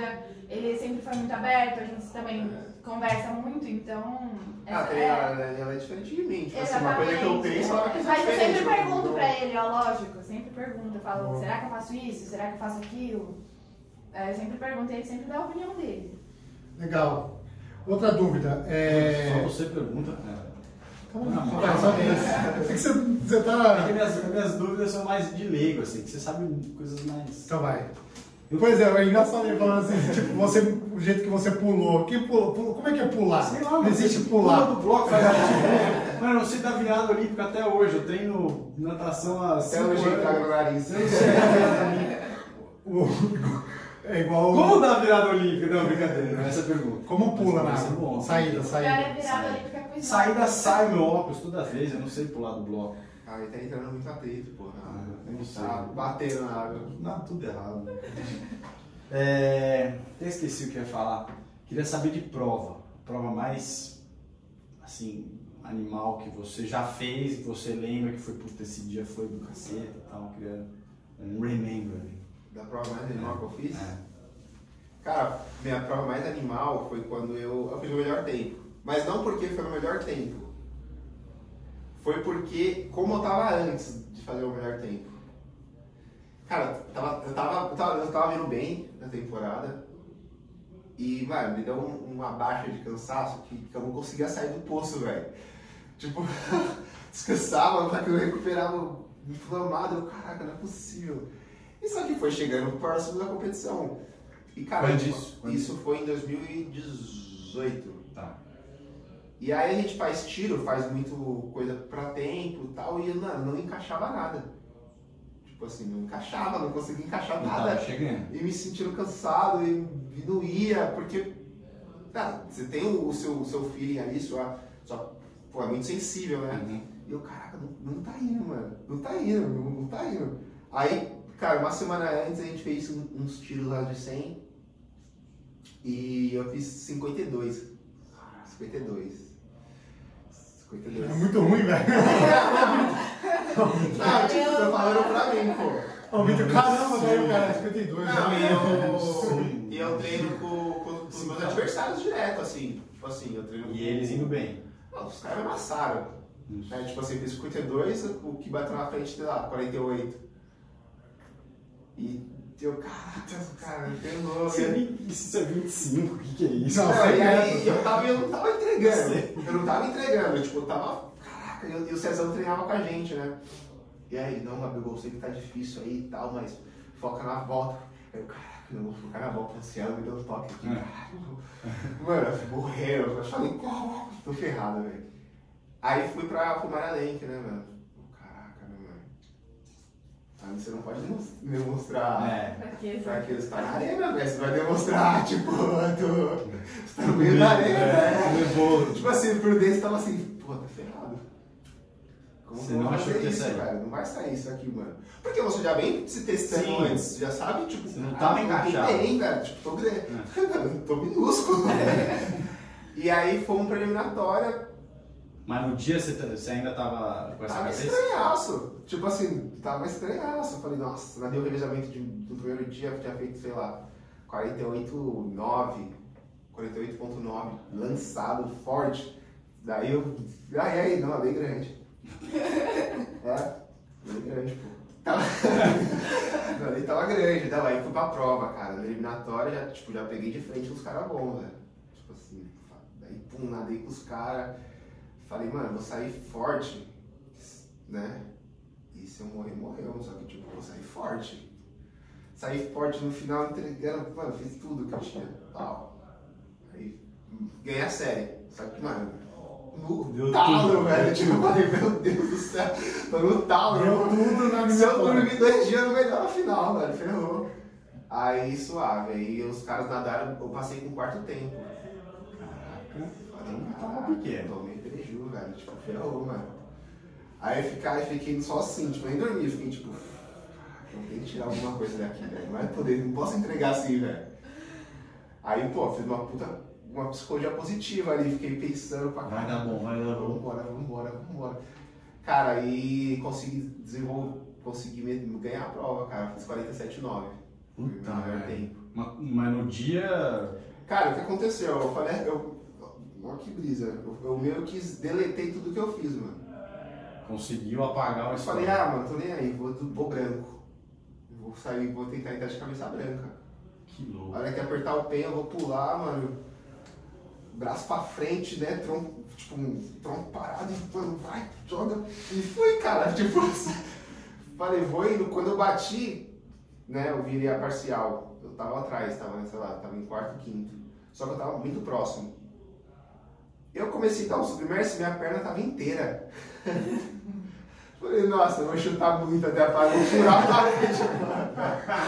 Speaker 5: ele sempre foi muito aberto, a gente também conversa muito, então.
Speaker 3: Ah,
Speaker 5: essa
Speaker 3: tem- ela, ela é diferente de mim. Tipo assim, uma coisa que eu penso, ela vai
Speaker 5: Exatamente.
Speaker 3: pensar
Speaker 5: Mas eu
Speaker 3: diferente, Uhum.
Speaker 5: sempre
Speaker 3: né?
Speaker 5: pergunto
Speaker 3: Então,
Speaker 5: pra ele, ó, lógico, eu sempre pergunto, eu falo,
Speaker 4: Boa.
Speaker 5: será que eu faço isso? Será que eu faço aquilo? É, eu sempre pergunto e ele sempre dá a opinião dele.
Speaker 4: Legal. Outra dúvida.
Speaker 1: Só
Speaker 4: É...
Speaker 1: você pergunta, né? cara.
Speaker 4: Então, tá, só isso. É que você, você
Speaker 1: É que
Speaker 4: tá...
Speaker 1: minhas, minhas dúvidas são mais de leigo, assim, que você sabe coisas mais.
Speaker 4: Então vai. Pois é, é engraçado ele falando assim, tipo, você, o jeito que você pulou. Quem pulou? Pulou- Como é que é pular?
Speaker 1: Ah, Sei lá,
Speaker 4: não
Speaker 1: mano,
Speaker 4: existe
Speaker 1: você
Speaker 4: pular.
Speaker 1: Pula do bloco, faz isso. Mano, tá eu não sei dar virada olímpica até hoje. Eu treino natação há
Speaker 3: Até
Speaker 1: 5
Speaker 3: hoje entra no
Speaker 1: anos.
Speaker 3: nariz.
Speaker 1: Eu não sei dar virada olímpica.
Speaker 4: O- é igual.
Speaker 1: Como dar virada olímpica? Não, brincadeira, não é essa a pergunta.
Speaker 4: Como pula na
Speaker 1: Mas deve
Speaker 3: é
Speaker 1: ser
Speaker 4: água?
Speaker 1: bom.
Speaker 4: Saída,
Speaker 5: Agora é
Speaker 4: saída.
Speaker 5: virada
Speaker 1: sai.
Speaker 5: olímpica com o
Speaker 1: é.
Speaker 5: Snow.
Speaker 1: Saída sai meu óculos toda vez, eu não sei pular do bloco.
Speaker 3: Ah, ele tá entrando muito atrito, pô. na água.
Speaker 1: Ah, não sei.
Speaker 3: Tá batendo na água.
Speaker 1: Não, tudo errado. É, até esqueci o que eu ia falar. Queria saber de prova. Prova mais, assim, animal que você já fez, que você lembra que foi, puta, esse dia foi do cacete e tal. Queria um remember.
Speaker 3: Da prova mais animal que eu fiz?
Speaker 1: É.
Speaker 3: Cara, minha prova mais animal foi quando eu, eu fiz o melhor tempo. Mas não porque foi o melhor tempo. Foi porque, como eu tava antes de fazer o melhor tempo. Cara, eu tava, eu tava, eu tava, eu tava vindo bem na temporada. E, mano, me deu um- uma baixa de cansaço que, que eu não conseguia sair do poço, velho. Tipo, descansava, mas que eu recuperava inflamado. Eu, caraca, não é possível. E só que foi chegando próximo da competição. E, cara,
Speaker 1: Quando isso? Quando
Speaker 3: isso foi em 2018.
Speaker 1: Tá.
Speaker 3: E aí a gente faz tiro, faz muito coisa pra tempo e tal, e mano, não encaixava nada. Tipo assim, não encaixava, não conseguia encaixar
Speaker 1: Não
Speaker 3: nada.
Speaker 1: tava Então, chegando.
Speaker 3: E me sentindo cansado e, e não ia, porque ah, você tem o, o seu, o seu feeling ali, sua, sua, pô, é muito sensível, né?
Speaker 1: Uhum.
Speaker 3: E eu, caraca, não, não tá indo, mano. Não tá indo, não, não tá indo. Aí, cara, uma semana antes a gente fez um- uns tiros lá de 100 e eu fiz 52. 52. 52.
Speaker 4: É muito ruim, velho.
Speaker 3: Ah, tipo, tô falando pra mim, pô.
Speaker 4: Ô, Vitor, caramba, velho, cara, 52.
Speaker 3: Não,
Speaker 4: né?
Speaker 3: e eu, e eu treino com, com, com os meus adversários direto, assim. Tipo assim, eu treino com-
Speaker 1: E eles indo bem.
Speaker 3: Não, os caras me amassaram.
Speaker 1: Isso.
Speaker 3: É, tipo assim, fez 52, o que bateu na frente, sei lá, 48. E eu, caraca, cara, pegou. né?
Speaker 1: Isso é, vinte- isso é 25, o que, que é isso?
Speaker 4: Não,
Speaker 3: Não, e aí eu, tava, eu não tava entregando. Eu não tava entregando, tipo, eu tava. Caraca, e o- e o Cezão treinava com a gente, né? E aí, ele, não, Gabigol, sei que tá difícil aí e tal, mas foca na volta. Aí Eu, caraca, eu vou focar na volta, o Cielo me deu um toque aqui. caralho. Mano, eu fui morrendo, eu falei, caraca, tô ferrado, velho. Aí fui pra Fumara Lenk, né, mano? Eu, Caraca, né, mano? Aí você não pode demos- demonstrar.
Speaker 1: É.
Speaker 5: Fraqueza.
Speaker 3: Fraqueza, você tá na arena, velho. Você vai demonstrar, tipo, tu, você tá no meio da arena,
Speaker 1: é.
Speaker 3: né?
Speaker 1: Levou.
Speaker 3: Tipo assim, por dentro você tava assim, pô, tá ferrado. Como
Speaker 1: Você
Speaker 3: que eu
Speaker 1: não
Speaker 3: vou
Speaker 1: achou
Speaker 3: fazer
Speaker 1: que ia
Speaker 3: isso,
Speaker 1: sair.
Speaker 3: cara? Não vai sair isso aqui, mano. Porque você já vem se testando
Speaker 1: Sim.
Speaker 3: antes, já sabe, tipo,
Speaker 1: Você não
Speaker 3: ah,
Speaker 1: tava
Speaker 3: tô
Speaker 1: encaixado. É.
Speaker 3: bem, velho. Tipo, tô grande. tô minúsculo, né? E aí fomos pra eliminatória,
Speaker 1: Mas no dia você, tá- você ainda tava com essa
Speaker 3: tava
Speaker 1: cabeça?
Speaker 3: Tá estranhaço. Tipo assim, tava estranhaço. Eu Falei, nossa, na deu revezamento de, do primeiro dia, eu tinha feito, sei lá, 48,9, 48,9, lançado forte. Daí eu. Ai, ai, não, é bem grande. é, bem grande, pô. Tava... Daí tava grande, daí aí fui pra prova, cara. Na eliminatória, já, tipo, já peguei de frente com os caras bons, velho. Tipo assim, fa- daí pum, nadei com os caras. Falei, mano, vou sair forte, né? E se eu morrer, morreu. Só que, tipo, eu saí forte. Saí forte no final, entregando, mano, fiz tudo que eu tinha. Tal. Aí, ganhei a série. Só que, mano, no
Speaker 2: Deu
Speaker 3: talo,
Speaker 2: tudo,
Speaker 3: velho.
Speaker 2: deu
Speaker 3: Tipo, eu falei, meu Deus do céu, tô no talo.
Speaker 4: Deu tudo na
Speaker 3: Se
Speaker 4: minha
Speaker 3: eu
Speaker 4: conta.
Speaker 3: dormir dois dias, não melhor a final, velho. Ferrou. Aí suave. Aí os caras nadaram, eu passei com o quarto tempo.
Speaker 1: Caraca.
Speaker 3: Falei,
Speaker 1: Então,
Speaker 3: "Caraca,
Speaker 1: por quê?
Speaker 3: Tomei preju, velho. Tipo, ferrou, mano. Aí eu fica- eu fiquei só assim, tipo, nem dormi. Fiquei tipo, "Caraca, eu tenho que tirar alguma coisa daqui, velho. Não é poder, não posso entregar assim, velho. Aí, pô, fiz uma puta. Uma psicologia positiva ali, fiquei pensando pra
Speaker 1: Vai dar bom, vai dar bom.
Speaker 3: Vambora, vambora, vambora. Cara, aí consegui desenvolver, consegui me- ganhar a prova, cara. Fiz 47,9. Foi o meu
Speaker 1: Puta,
Speaker 3: melhor
Speaker 1: velho.
Speaker 3: tempo.
Speaker 1: Mas, mas no dia.
Speaker 3: Cara, o que aconteceu? Eu falei, eu. Olha que brisa. Eu, eu meio que deletei tudo que eu fiz, mano.
Speaker 1: Conseguiu apagar o
Speaker 3: Eu falei, ah, mano, tô nem aí, vou, do- vou branco. Eu Vou sair, vou tentar entrar de cabeça branca.
Speaker 1: Que louco.
Speaker 3: A hora que apertar o pen, eu vou pular, mano. Braço pra frente, né? Tronco, tipo, um tronco parado e mano, vai, joga. E fui, cara. Tipo, falei, vou indo. Quando eu bati, né? Eu virei a parcial. Eu tava atrás, tava, sei lá, tava em quarto, quinto. Só que eu tava muito próximo. Eu comecei a dar um submerso e minha perna tava inteira. Falei, nossa, eu vou chutar muito até a parede, vou furar a parede.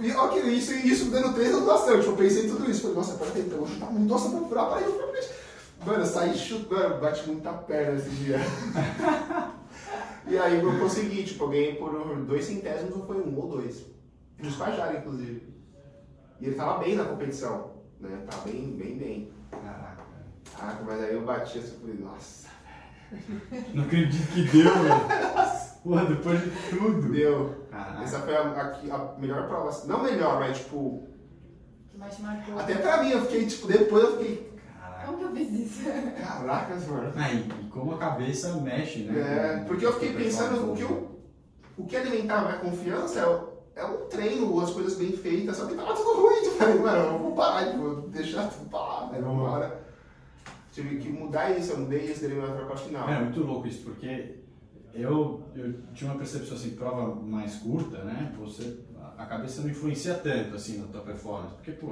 Speaker 3: E, ó, que isso, isso dando três anotações. Tipo, eu pensei em tudo isso. Falei, nossa, peraí, eu vou chutar muito. Nossa, vou furar a parede, vou furar a parede. Mano, eu saí chutando, bati muita perna esse dia. e aí eu consegui, tipo, eu ganhei por dois centésimos, ou foi um ou dois. No estagiário, inclusive. E ele tava bem na competição, né? Tava bem, bem, bem.
Speaker 1: Caraca. velho.
Speaker 3: Caraca, mas aí eu bati assim, eu falei, nossa,
Speaker 1: Não acredito que deu, velho. Porra, depois de tudo.
Speaker 3: deu.
Speaker 1: Caraca.
Speaker 3: Essa foi a, a- a melhor prova, assim. não melhor, mas tipo,
Speaker 5: Que mais te marcou.
Speaker 3: até pra mim, eu fiquei, tipo, depois eu fiquei,
Speaker 1: Caraca.
Speaker 5: Como que eu fiz isso?
Speaker 3: Caracas, mano.
Speaker 1: Ah, e e como a cabeça mexe, né?
Speaker 3: É, porque eu fiquei
Speaker 1: Com o pessoal
Speaker 3: pensando
Speaker 1: todo.
Speaker 3: que o, o que alimentava minha confiança é, o- é um treino, as coisas bem feitas, só que tava tudo ruim. Eu Falei, mano, eu vou parar, eu vou deixar tudo pra lá, velho,
Speaker 1: Uhum.
Speaker 4: Boa.
Speaker 3: vambora. Tive que mudar isso, eu mudei isso, dele pra pra final.
Speaker 1: É muito louco isso, porque eu, eu tinha uma percepção assim, prova mais curta, né? Você, a- a cabeça não influencia tanto assim na tua performance, porque pô,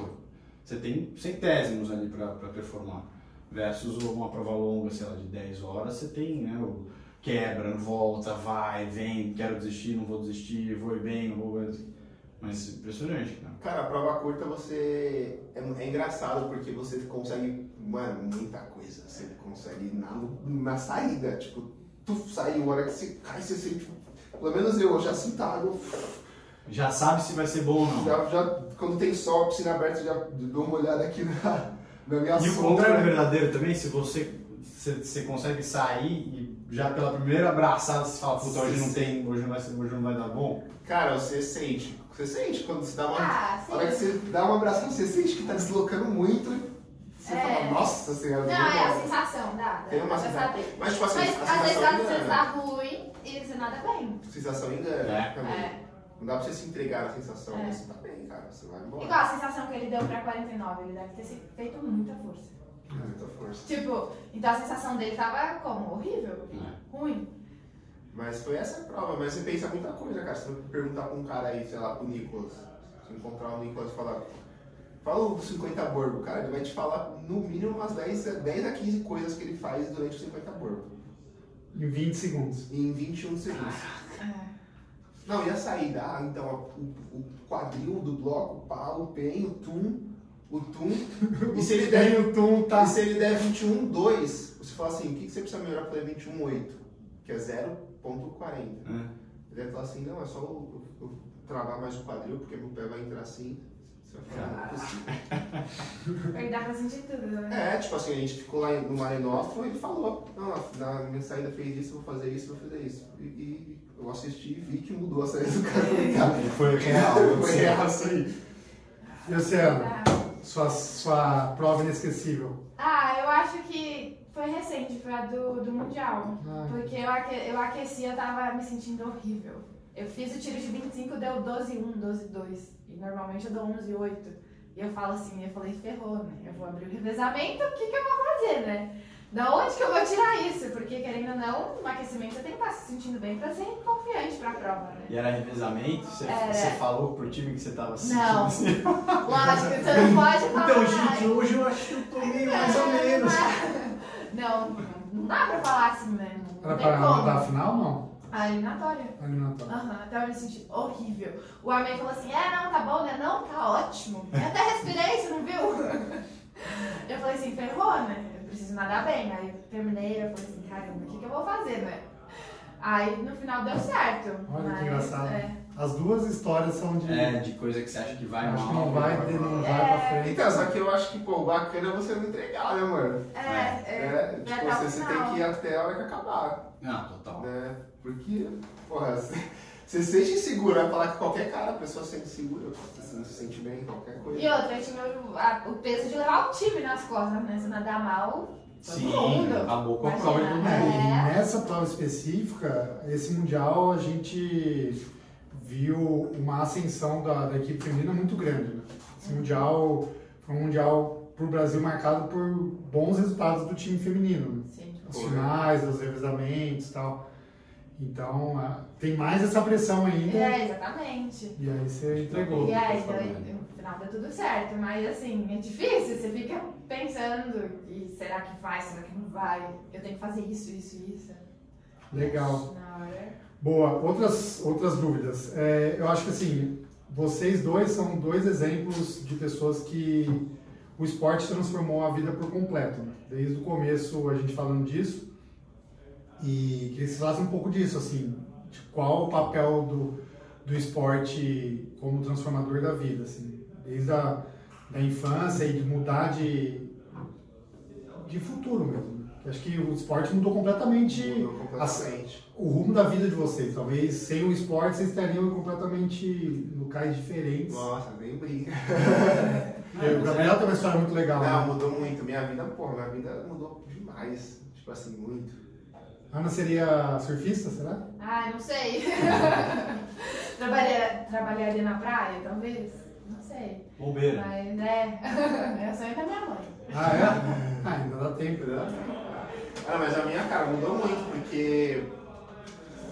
Speaker 1: você tem centésimos ali pra pra performar, versus uma prova longa, sei lá, de 10 horas, você tem, né? O quebra, volta, vai, vem, quero desistir, não vou desistir, vou ir bem, não vou. assim. Mas é impressionante, cara.
Speaker 3: Cara, a prova curta você. É, é engraçado porque você consegue, mano, muita coisa. Você consegue na, na saída, tipo, tu saiu, a hora que você cai, você sente. Pelo menos eu, eu já sinto a água.
Speaker 1: Já sabe se vai ser bom ou não.
Speaker 3: Já, já- quando tem sol, piscina aberta, eu já dou uma olhada aqui na, na minha
Speaker 1: E o
Speaker 3: sombra.
Speaker 1: contrário é verdadeiro também, se você, se, você consegue sair e já pela primeira abraçada você fala, puta, hoje não tem, hoje não vai, ser- hoje não vai dar bom.
Speaker 3: Cara, você sente. Você sente quando você dá uma.
Speaker 5: Ah,
Speaker 3: a hora que
Speaker 5: sim.
Speaker 3: você dá uma abraçada, você sente que tá deslocando muito. Você
Speaker 5: É.
Speaker 3: fala, nossa senhora,
Speaker 5: Não,
Speaker 3: deu
Speaker 5: é a
Speaker 3: uma-
Speaker 5: sensação, dá. dá
Speaker 3: Tem uma
Speaker 5: pra
Speaker 3: sensação.
Speaker 5: saber.
Speaker 3: Mas tipo assim,
Speaker 5: Mas
Speaker 3: a
Speaker 5: às vezes
Speaker 3: sensação
Speaker 5: dá você
Speaker 3: engana.
Speaker 5: tá ruim e você nada bem.
Speaker 3: Sensação
Speaker 1: É.
Speaker 3: engana. também.
Speaker 5: É.
Speaker 3: Não dá pra você se entregar na sensação,
Speaker 5: É.
Speaker 3: mas você tá bem, cara. Você vai embora.
Speaker 5: Igual a sensação que ele deu pra 49, ele deve ter se- feito muita força.
Speaker 3: Com muita força.
Speaker 5: Tipo, então a sensação dele tava como? Horrível?
Speaker 3: É.
Speaker 5: Ruim?
Speaker 3: Mas foi essa a prova, mas você pensa muita coisa, cara. Se você perguntar pra um cara aí, sei lá, pro Nicolas, se encontrar o Nicolas e falar. Fala os 50 borbo, cara. Ele vai te falar no mínimo umas 10, a- 10 a 15 coisas que ele faz durante os 50 borbo.
Speaker 4: Em 20 segundos.
Speaker 3: Em 21 segundos.
Speaker 5: É.
Speaker 3: Não, e a saída? Ah, então, a- o, o quadril do bloco, pá, o pen, o tum, o tum. E se ele der um
Speaker 4: Tem o Tum, tá?
Speaker 3: E se ele der 21, 2, você fala assim, o que que você precisa melhorar para fazer 21, 8? Que é 0.40.
Speaker 1: né?
Speaker 3: Ele vai falar assim, não, é só eu, eu- eu travar mais o quadril, porque meu pé vai entrar assim. Você vai falar, não é possível.
Speaker 5: Perder pra sentir tudo, né?
Speaker 3: É, tipo assim, a gente ficou lá em- no Marenófilo e ele falou, não, na na minha saída fez isso, eu vou fazer isso, eu vou fazer isso. E, e eu assisti e vi que mudou a saída do cara.
Speaker 1: E Foi real.
Speaker 3: Foi real isso aí.
Speaker 4: E
Speaker 1: É.
Speaker 4: Oceano,
Speaker 5: Ah.
Speaker 4: sua, sua prova inesquecível.
Speaker 5: Ah, eu acho que foi recente, foi a do, do Mundial.
Speaker 4: Ah.
Speaker 5: Porque eu, aque, eu aqueci, eu tava me sentindo horrível. Eu fiz o tiro de 25, deu 12-1, 12-2. E normalmente eu dou 11-8. E eu falo assim, eu falei, ferrou, né? Eu vou abrir o revezamento, o que, que eu vou fazer, né? Da onde que eu vou tirar isso? Porque, querendo ou não, no aquecimento você tem que estar se sentindo bem pra ser confiante pra prova, né?
Speaker 1: E era revezamento? Você,
Speaker 5: Era.
Speaker 1: você falou pro time que você tava assistindo?
Speaker 5: Não.
Speaker 1: assim?
Speaker 5: Lógico, você não pode falar.
Speaker 1: Então, gente, hoje eu acho que eu tô meio
Speaker 5: É,
Speaker 1: mais ou
Speaker 5: "Ai,
Speaker 1: menos.
Speaker 5: Não, não dá pra falar assim mesmo.
Speaker 4: Era pra
Speaker 5: Não tem
Speaker 4: mandar
Speaker 5: como.
Speaker 4: a final não?
Speaker 5: A eliminatória.
Speaker 4: A eliminatória.
Speaker 5: Aham, até eu me senti horrível. O Amém falou assim: é, não, tá bom, né? Não, tá ótimo. Eu até respirei, você não viu? Eu falei assim: ferrou, né? Eu preciso nadar bem. Aí eu terminei, eu falei assim: caramba, o que, que eu vou fazer, né? Aí no final deu certo.
Speaker 4: Olha que
Speaker 5: mas,
Speaker 4: engraçado.
Speaker 5: É,
Speaker 4: As duas histórias são de.
Speaker 1: É, de coisa que você acha que vai
Speaker 4: acho que
Speaker 1: mal,
Speaker 4: não vai,
Speaker 1: vai né?
Speaker 4: de- não
Speaker 1: mal.
Speaker 4: vai pra
Speaker 5: É.
Speaker 4: frente.
Speaker 3: Então, só que eu acho que, pô, bacana é você não entregar, né, mano?
Speaker 5: é,
Speaker 3: É,
Speaker 5: é,
Speaker 3: tipo,
Speaker 5: vai até o
Speaker 3: você, você
Speaker 5: final.
Speaker 3: tem que ir até a hora que acabar,
Speaker 1: Não, total.
Speaker 3: né? Porque, porra, você, você seja inseguro, vai falar que qualquer cara, a pessoa se sente segura, você não se sente bem em qualquer coisa.
Speaker 5: E outra, eu tinha o, a- o peso de levar o time nas costas, né? Se nadar mal, todo
Speaker 1: Sim,
Speaker 5: mundo.
Speaker 1: acabou com a
Speaker 5: Imagina.
Speaker 1: prova de todo
Speaker 4: É,
Speaker 1: mundo.
Speaker 4: e nessa prova específica, esse Mundial a gente viu uma ascensão da, da equipe feminina muito grande. Né? Esse Mundial foi um Mundial para o Brasil marcado por bons resultados do time feminino. Né?
Speaker 5: Sim.
Speaker 4: Os
Speaker 3: Foi.
Speaker 4: finais, os revezamentos e tal. Então, ah, tem mais essa pressão ainda.
Speaker 5: É, exatamente.
Speaker 4: E aí você entregou.
Speaker 5: E aí,
Speaker 1: Tá
Speaker 5: daí,
Speaker 1: bom.
Speaker 5: no final deu tudo certo, mas assim, é difícil, você fica pensando, e será que vai, será que não vai? Eu tenho que fazer isso, isso, isso.
Speaker 4: Legal.
Speaker 5: Na hora.
Speaker 4: Boa. Outras, outras dúvidas. É, eu acho que assim, vocês dois são dois exemplos de pessoas que o esporte transformou a vida por completo. né? Desde o começo a gente falando disso. E queria que vocês falassem um pouco disso, assim, de qual o papel do, do esporte como transformador da vida, assim. Desde a da infância e de mudar de, de futuro mesmo. né? Eu Acho que o esporte mudou completamente
Speaker 3: Mudou completamente.
Speaker 4: o rumo da vida de vocês. Talvez sem o esporte vocês estariam completamente locais diferentes.
Speaker 3: Nossa, nem brinca.
Speaker 4: Eu- o Gabriel tem uma história muito legal.
Speaker 3: Não,
Speaker 4: né?
Speaker 3: mudou muito. Minha vida, porra, minha vida mudou demais. Tipo assim, muito.
Speaker 4: A Ana seria surfista, será?
Speaker 5: Ai, Ah, não sei. Trabalharia, trabalharia na praia, talvez? Não sei.
Speaker 1: Bombeiro.
Speaker 5: Mas é. É o sonho da minha mãe.
Speaker 4: Ah, é? ah, ainda dá tempo. né?
Speaker 3: Entendeu? Ah, mas a minha, cara, mudou muito, porque.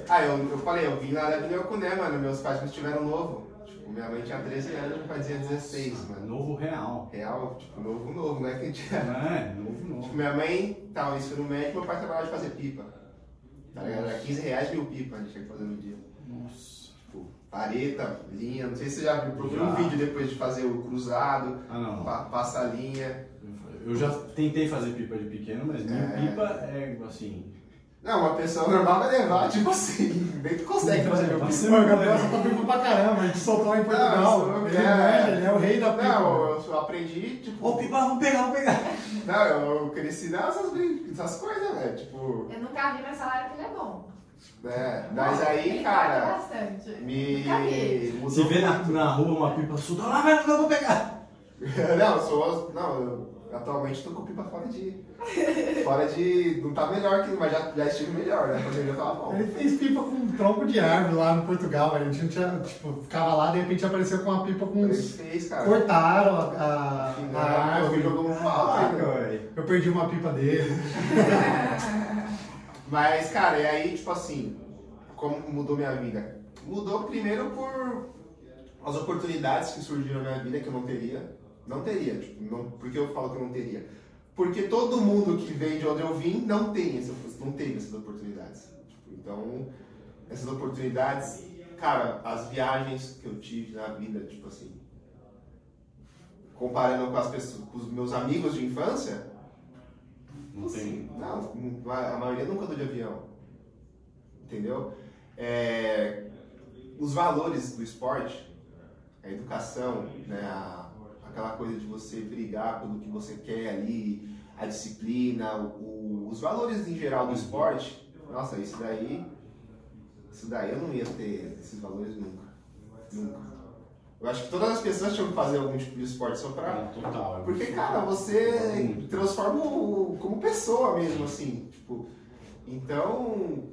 Speaker 3: Ah, eu, eu falei, eu vim lá da Vila Cuné, mano. Meus pais me tiveram novo. Tipo, minha mãe tinha 13 anos, meu pai tinha 16, mano.
Speaker 1: é Novo real.
Speaker 3: Real, tipo, novo, novo, né? Que tinha.
Speaker 1: É, novo, novo.
Speaker 3: Tipo, minha mãe tava no ensino médio, meu pai trabalhava de fazer pipa. Tá ligado? Era 15 reais mil pipa a gente tinha que fazer no dia.
Speaker 1: Nossa. Tipo,
Speaker 3: Vareta, linha, não sei se você já viu, procura um
Speaker 1: Já.
Speaker 3: vídeo depois de fazer o cruzado,
Speaker 1: ah, não.
Speaker 3: pa- passa a linha.
Speaker 1: Eu já tentei fazer pipa de pequeno, mas minha
Speaker 3: É.
Speaker 1: pipa é assim.
Speaker 3: Não, uma pessoa normal vai levar, tipo assim, bem que consegue fazer meu pipa.
Speaker 1: Você
Speaker 4: Pô, o
Speaker 1: não é
Speaker 4: Gabriel só tá pipa pra caramba, a gente soltou lá em Portugal.
Speaker 3: Não,
Speaker 4: ele,
Speaker 3: isso não
Speaker 4: é,
Speaker 3: é.
Speaker 4: ele é o rei da pipa.
Speaker 3: Não, eu só aprendi, tipo.
Speaker 1: Ô, pipa, vamos pegar, vamos pegar.
Speaker 3: Não, eu cresci nessas, brin- essas coisas, né? Tipo,
Speaker 5: Eu nunca vi, mas salário que ele é bom.
Speaker 3: né? Mas
Speaker 5: Ele
Speaker 3: aí,
Speaker 5: paga
Speaker 3: cara,
Speaker 5: bastante.
Speaker 3: me.
Speaker 5: né? Nunca vi.
Speaker 3: mudou
Speaker 1: Se vê na,
Speaker 3: muito.
Speaker 1: na rua uma pipa solta, lá vai, eu vou pegar.
Speaker 3: Não, eu sou. Não, eu atualmente tô com pipa fora de. Fora de. Não tá melhor que. Mas já, já estive melhor, né? Quando eu já tava bom.
Speaker 4: Ele fez pipa com um tronco de árvore lá no Portugal, velho. A gente não tinha, tipo, ficava lá, de repente apareceu com uma pipa com
Speaker 3: Ele
Speaker 4: uns.
Speaker 3: fez, é cara.
Speaker 4: Cortaram a, a-
Speaker 3: Enfim,
Speaker 4: a
Speaker 3: né? Eu
Speaker 4: árvore.
Speaker 3: jogou um pau,
Speaker 4: Ah,
Speaker 3: né?
Speaker 1: velho.
Speaker 4: Eu perdi uma pipa dele.
Speaker 3: Mas, cara, e aí, tipo assim, como mudou minha vida? Mudou primeiro por as oportunidades que surgiram na minha vida que eu não teria. Não teria, tipo, não, por que eu falo que eu não teria? Porque todo mundo que veio de onde eu vim não tem, essa, não teve essas oportunidades. Tipo, então, essas oportunidades, cara, as viagens que eu tive na vida, tipo assim, comparando com as pessoas, com os meus amigos de infância, assim,
Speaker 1: Não tem.
Speaker 3: não, não, a a maioria nunca andou de avião. Entendeu? É, os valores do esporte, a educação, né, a- aquela coisa de você brigar pelo que você quer ali, a disciplina, o- o- os valores em geral do esporte, nossa, isso daí. Isso daí eu não ia ter esses valores nunca. Nunca. Eu acho que todas as pessoas tinham que fazer algum tipo de esporte só pra
Speaker 1: Não, total. é
Speaker 3: porque,
Speaker 1: muito-
Speaker 3: cara, você transforma o- como pessoa mesmo, assim. Tipo, então,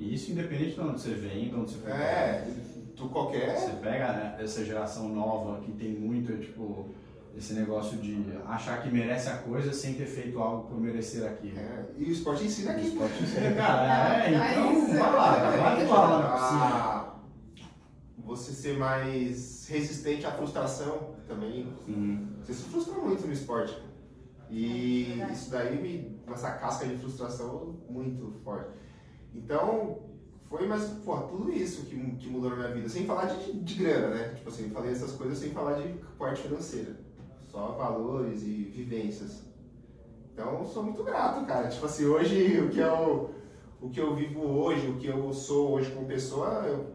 Speaker 1: E isso independente de onde você vem, de onde você foi.
Speaker 3: é. Tu qualquer.
Speaker 1: Você pega né, essa geração nova que tem muito, é, tipo, Esse negócio de achar que merece a coisa sem ter feito algo por merecer aquilo.
Speaker 3: É, E o esporte ensina
Speaker 1: O
Speaker 3: aqui. pô.
Speaker 1: esporte ensina, cara, é,
Speaker 5: É
Speaker 1: então
Speaker 5: isso.
Speaker 1: vai lá, cara, vai pular lá na piscina.
Speaker 3: Ah, Você ser mais resistente à frustração também.
Speaker 1: Uhum.
Speaker 3: Você se frustra muito no esporte.
Speaker 5: É
Speaker 3: E
Speaker 5: verdade.
Speaker 3: isso daí me. Essa casca de frustração muito forte. Então, foi mais. Porra, tudo isso que, mu- que mudou na minha vida. Sem falar de, de grana, né? Tipo assim, falei essas coisas sem falar de parte financeira. Só valores e vivências. Então, sou muito grato, cara. Tipo assim, hoje, o que eu, o que eu vivo hoje, o que eu sou hoje como pessoa, eu.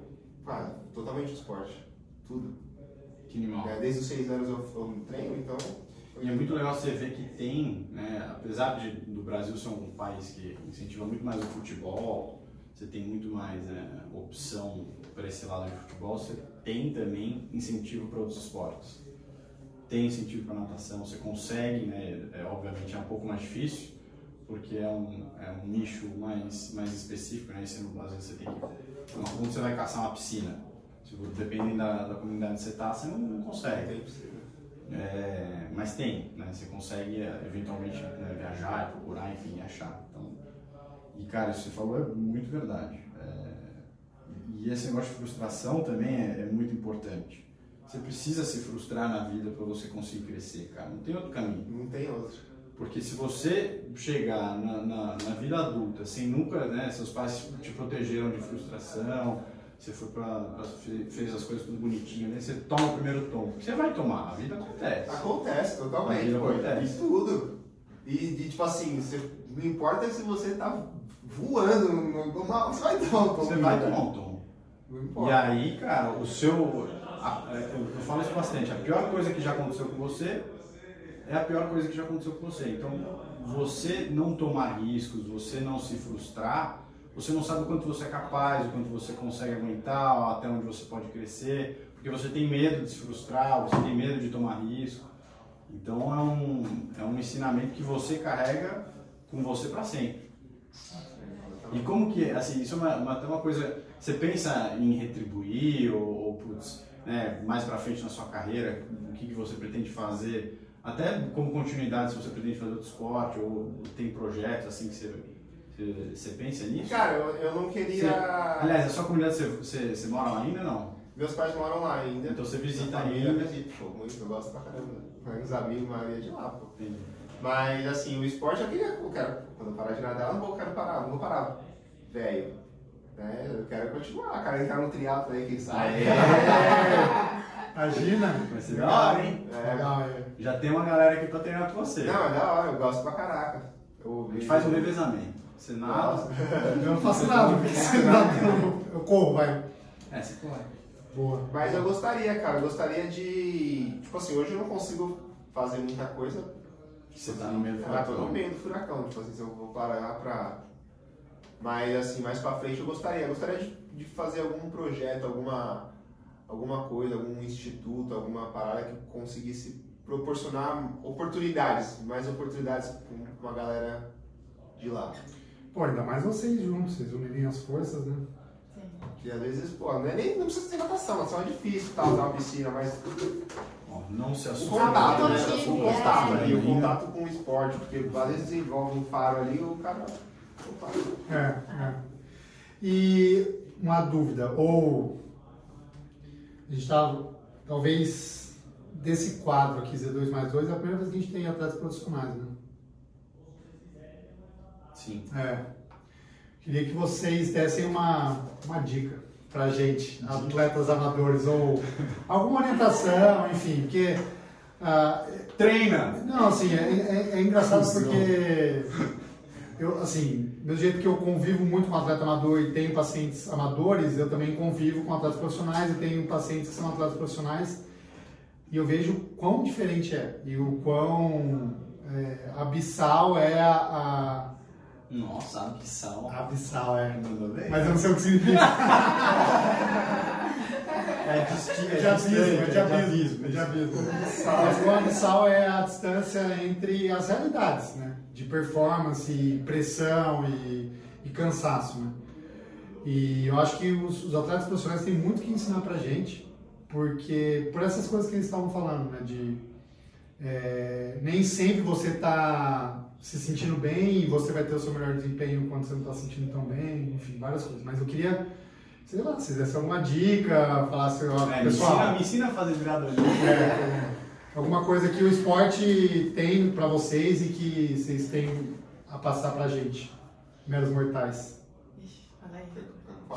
Speaker 3: Cara, totalmente do esporte. Tudo.
Speaker 1: Que animal.
Speaker 3: É, Desde os seis anos eu, eu treino, então.
Speaker 1: E é muito legal você ver que tem, né, apesar de, do Brasil ser um país que incentiva muito mais o futebol, você tem muito mais né, opção para esse lado de futebol, você tem também incentivo para outros esportes. Tem incentivo para natação, você consegue, né, é, obviamente é um pouco mais difícil, porque é um, é um nicho mais, mais específico, né, e você, não- às vezes você tem que... Não, quando você vai caçar uma piscina, se, você- dependendo da, da comunidade que você está, você não- não consegue.
Speaker 3: Tem possível.
Speaker 1: É, mas tem, né? Você consegue é, eventualmente né, viajar, procurar, enfim, achar. Então, e cara, isso que você falou é muito verdade. É, e esse negócio de frustração também é, é muito importante. Você precisa se frustrar na vida para você conseguir crescer, cara. Não tem outro caminho.
Speaker 3: Não tem outro.
Speaker 1: Porque se você chegar na, na, na vida adulta sem nunca, né, seus pais te protegeram de frustração, você foi pra, pra- fe- fez as coisas tudo bonitinho, né, você toma o primeiro tombo. Você vai tomar, a vida acontece.
Speaker 3: Acontece
Speaker 1: A vida
Speaker 3: totalmente, pô.
Speaker 1: acontece.
Speaker 3: E tudo. E, e, tipo assim, você, não importa se você tá voando no, no mal, você vai tomar um
Speaker 1: Você
Speaker 3: tombo,
Speaker 1: vai
Speaker 3: cara.
Speaker 1: tomar um tom.
Speaker 3: Não
Speaker 1: E
Speaker 3: importa.
Speaker 1: aí, cara, o seu. a- a- eu, eu falo isso bastante. A pior coisa que já aconteceu com você é a pior coisa que já aconteceu com você. Então, você não tomar riscos, você não se frustrar, você não sabe o quanto você é capaz, o quanto você consegue aguentar, ou até onde você pode crescer, porque você tem medo de se frustrar, você tem medo de tomar risco. Então, é um, é um ensinamento que você carrega com você para sempre. E como que, assim, isso é uma, uma, até uma coisa, você pensa em retribuir ou, ou, putz, né, mais pra frente na sua carreira, o que, que você pretende fazer, até como continuidade, se você pretende fazer outro esporte ou tem projetos, assim, que você, você, você pensa nisso?
Speaker 3: Cara, eu, eu não queria.
Speaker 1: Aliás, a sua comunidade, você, você, você mora lá ainda ou não?
Speaker 3: Meus pais moram lá ainda.
Speaker 1: Então você visita
Speaker 3: Minha família
Speaker 1: ainda.
Speaker 3: visita, pô, muito, eu gosto pra caramba. Meus amigos, a maioria de lá, pô.
Speaker 1: Entendi.
Speaker 3: Mas assim, o esporte eu queria. Eu quero, quando eu parar de nadar, eu não vou, quero parar, não vou parar, velho. Né? Eu quero continuar, cara, entrar no triatlo aí, quem sabe.
Speaker 1: É.
Speaker 4: Imagina.
Speaker 1: Vai ser da hora, hein?
Speaker 3: É,
Speaker 4: Legal, é.
Speaker 1: Já tem uma galera aqui pra treinar com você.
Speaker 3: Não, é da hora, eu gosto pra caraca. Eu,
Speaker 1: A gente faz um revezamento. Você nada.
Speaker 4: Eu não faço nada, porque se nada, eu- eu corro, vai.
Speaker 1: É, você corre.
Speaker 4: Boa.
Speaker 3: Mas eu gostaria, cara, eu gostaria de. Tipo assim, hoje eu não consigo fazer muita coisa.
Speaker 1: Você tá no meio do
Speaker 3: Ah, tô no
Speaker 1: furacão.
Speaker 3: meio do furacão, tipo assim, se eu vou parar pra. Mas assim, mais pra frente eu gostaria. Eu gostaria de, de fazer algum projeto, alguma, alguma coisa, algum instituto, alguma parada que conseguisse proporcionar oportunidades, mais oportunidades com- com a galera de lá.
Speaker 4: Pô, ainda mais vocês juntos, vocês unirem as forças, né?
Speaker 5: Sim.
Speaker 3: Que às vezes, pô, não, é nem, não precisa ser natação, natação é difícil, tal, tal, piscina, mas
Speaker 1: Ó, não se
Speaker 3: o
Speaker 1: assusta.
Speaker 3: contato,
Speaker 5: Todo
Speaker 3: né?
Speaker 5: time,
Speaker 3: O
Speaker 5: é.
Speaker 3: contato ali, o
Speaker 1: Ainda.
Speaker 3: contato com o esporte, porque às vezes envolve um faro ali, o cara. opa,
Speaker 4: É, é. E uma dúvida, ou a gente tá, talvez desse quadro aqui, Z2 mais 2, é a primeira vez que a gente tem atletas profissionais, né?
Speaker 1: Sim.
Speaker 4: É. Queria que vocês dessem uma, uma dica pra gente, atletas amadores, ou alguma orientação, enfim, porque. ah,
Speaker 1: Treina!
Speaker 4: não, assim, é, é- é engraçado porque. Eu, assim, do jeito que eu convivo muito com atleta amador e tenho pacientes amadores, eu também convivo com atletas profissionais e tenho pacientes que são atletas profissionais e eu vejo o quão diferente é e o quão é, abissal é a, a,
Speaker 1: Nossa, abissal.
Speaker 4: Abissal, é.
Speaker 1: Mandou bem.
Speaker 4: Mas eu não sei o que significa.
Speaker 1: É disti-
Speaker 4: É de abismo, é de abismo.
Speaker 1: abismo,
Speaker 4: É de abismo. Mas o abissal é a distância entre as realidades, né? De performance, e pressão e, e cansaço, né? E eu acho que os, os atletas profissionais têm muito que ensinar pra gente, porque por essas coisas que eles estavam falando, né? De É, nem sempre você está se sentindo bem e você vai ter o seu melhor desempenho quando você não está se sentindo tão bem, enfim, várias coisas. Mas eu queria, sei lá, se tivesse alguma dica, falasse, ó,
Speaker 1: É, me, ensina,
Speaker 4: pessoal,
Speaker 1: me ensina a fazer virador.
Speaker 4: alguma coisa que o esporte tem para vocês e que vocês têm a passar pra gente, meros mortais.
Speaker 5: Ixi, fala aí.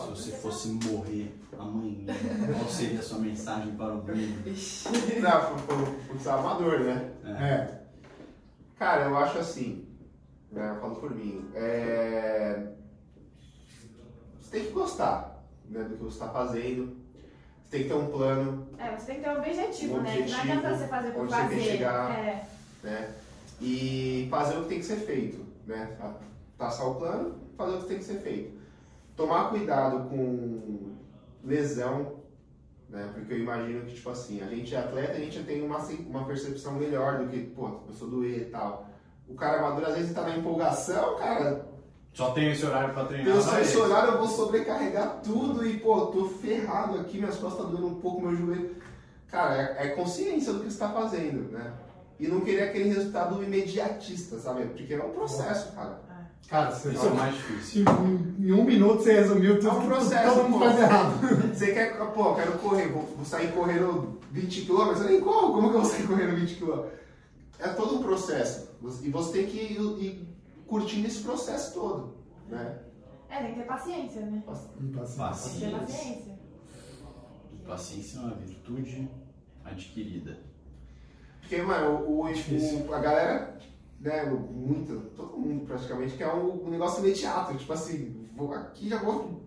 Speaker 1: Se você fosse morrer amanhã, qual seria a sua mensagem para o mundo?
Speaker 5: Ixi.
Speaker 3: Não, foi um futsal amador, né?
Speaker 4: É,
Speaker 3: Cara, eu acho assim. né, eu falo por mim. é, Você tem que gostar né, do que você está fazendo. Você tem que ter um plano,
Speaker 5: É, você tem que ter um objetivo,
Speaker 3: Um
Speaker 5: né? Não
Speaker 3: objetivo,
Speaker 5: adianta você fazer por
Speaker 3: onde você quer
Speaker 5: fazer.
Speaker 3: chegar.
Speaker 5: É,
Speaker 3: né? E fazer o que tem que ser feito, né? Passar o plano, fazer o que tem que ser feito. Tomar cuidado com lesão, né? Porque eu imagino que, tipo assim, a gente é atleta, a gente tem uma, assim, uma percepção melhor do que, pô, começou a doer e tal. O cara maduro, às vezes, tá na empolgação, cara,
Speaker 1: Só tem esse horário para treinar.
Speaker 3: Pelo
Speaker 1: só esse.
Speaker 3: seu
Speaker 4: é.
Speaker 3: horário eu vou sobrecarregar tudo e, pô, tô ferrado aqui, minhas costas tá doendo um pouco, meu joelho. Cara, é, é consciência do que você tá fazendo, né? E não querer aquele resultado imediatista, sabe? Porque é um processo, cara.
Speaker 4: cara, você,
Speaker 1: Isso é o mais difícil.
Speaker 4: se- em um minuto você resumiu tudo
Speaker 3: É um
Speaker 4: que
Speaker 3: processo,
Speaker 4: todo mundo
Speaker 3: pô.
Speaker 4: faz errado.
Speaker 3: Você quer, pô, quero correr, vou, vou sair correndo 20 km, eu nem corro, como que eu vou sair correndo 20 km? É todo um processo. E você tem que ir, ir curtindo esse processo todo, né?
Speaker 5: é, tem que ter paciência, né? Tem que ter
Speaker 1: Paciência.
Speaker 5: paciência.
Speaker 1: Paciência é uma virtude adquirida.
Speaker 3: Porque, mano, o, o-
Speaker 4: Difícil.
Speaker 3: o- a galera, né, muita, todo mundo praticamente, quer um, um negócio imediato. Tipo assim, vou aqui já vou.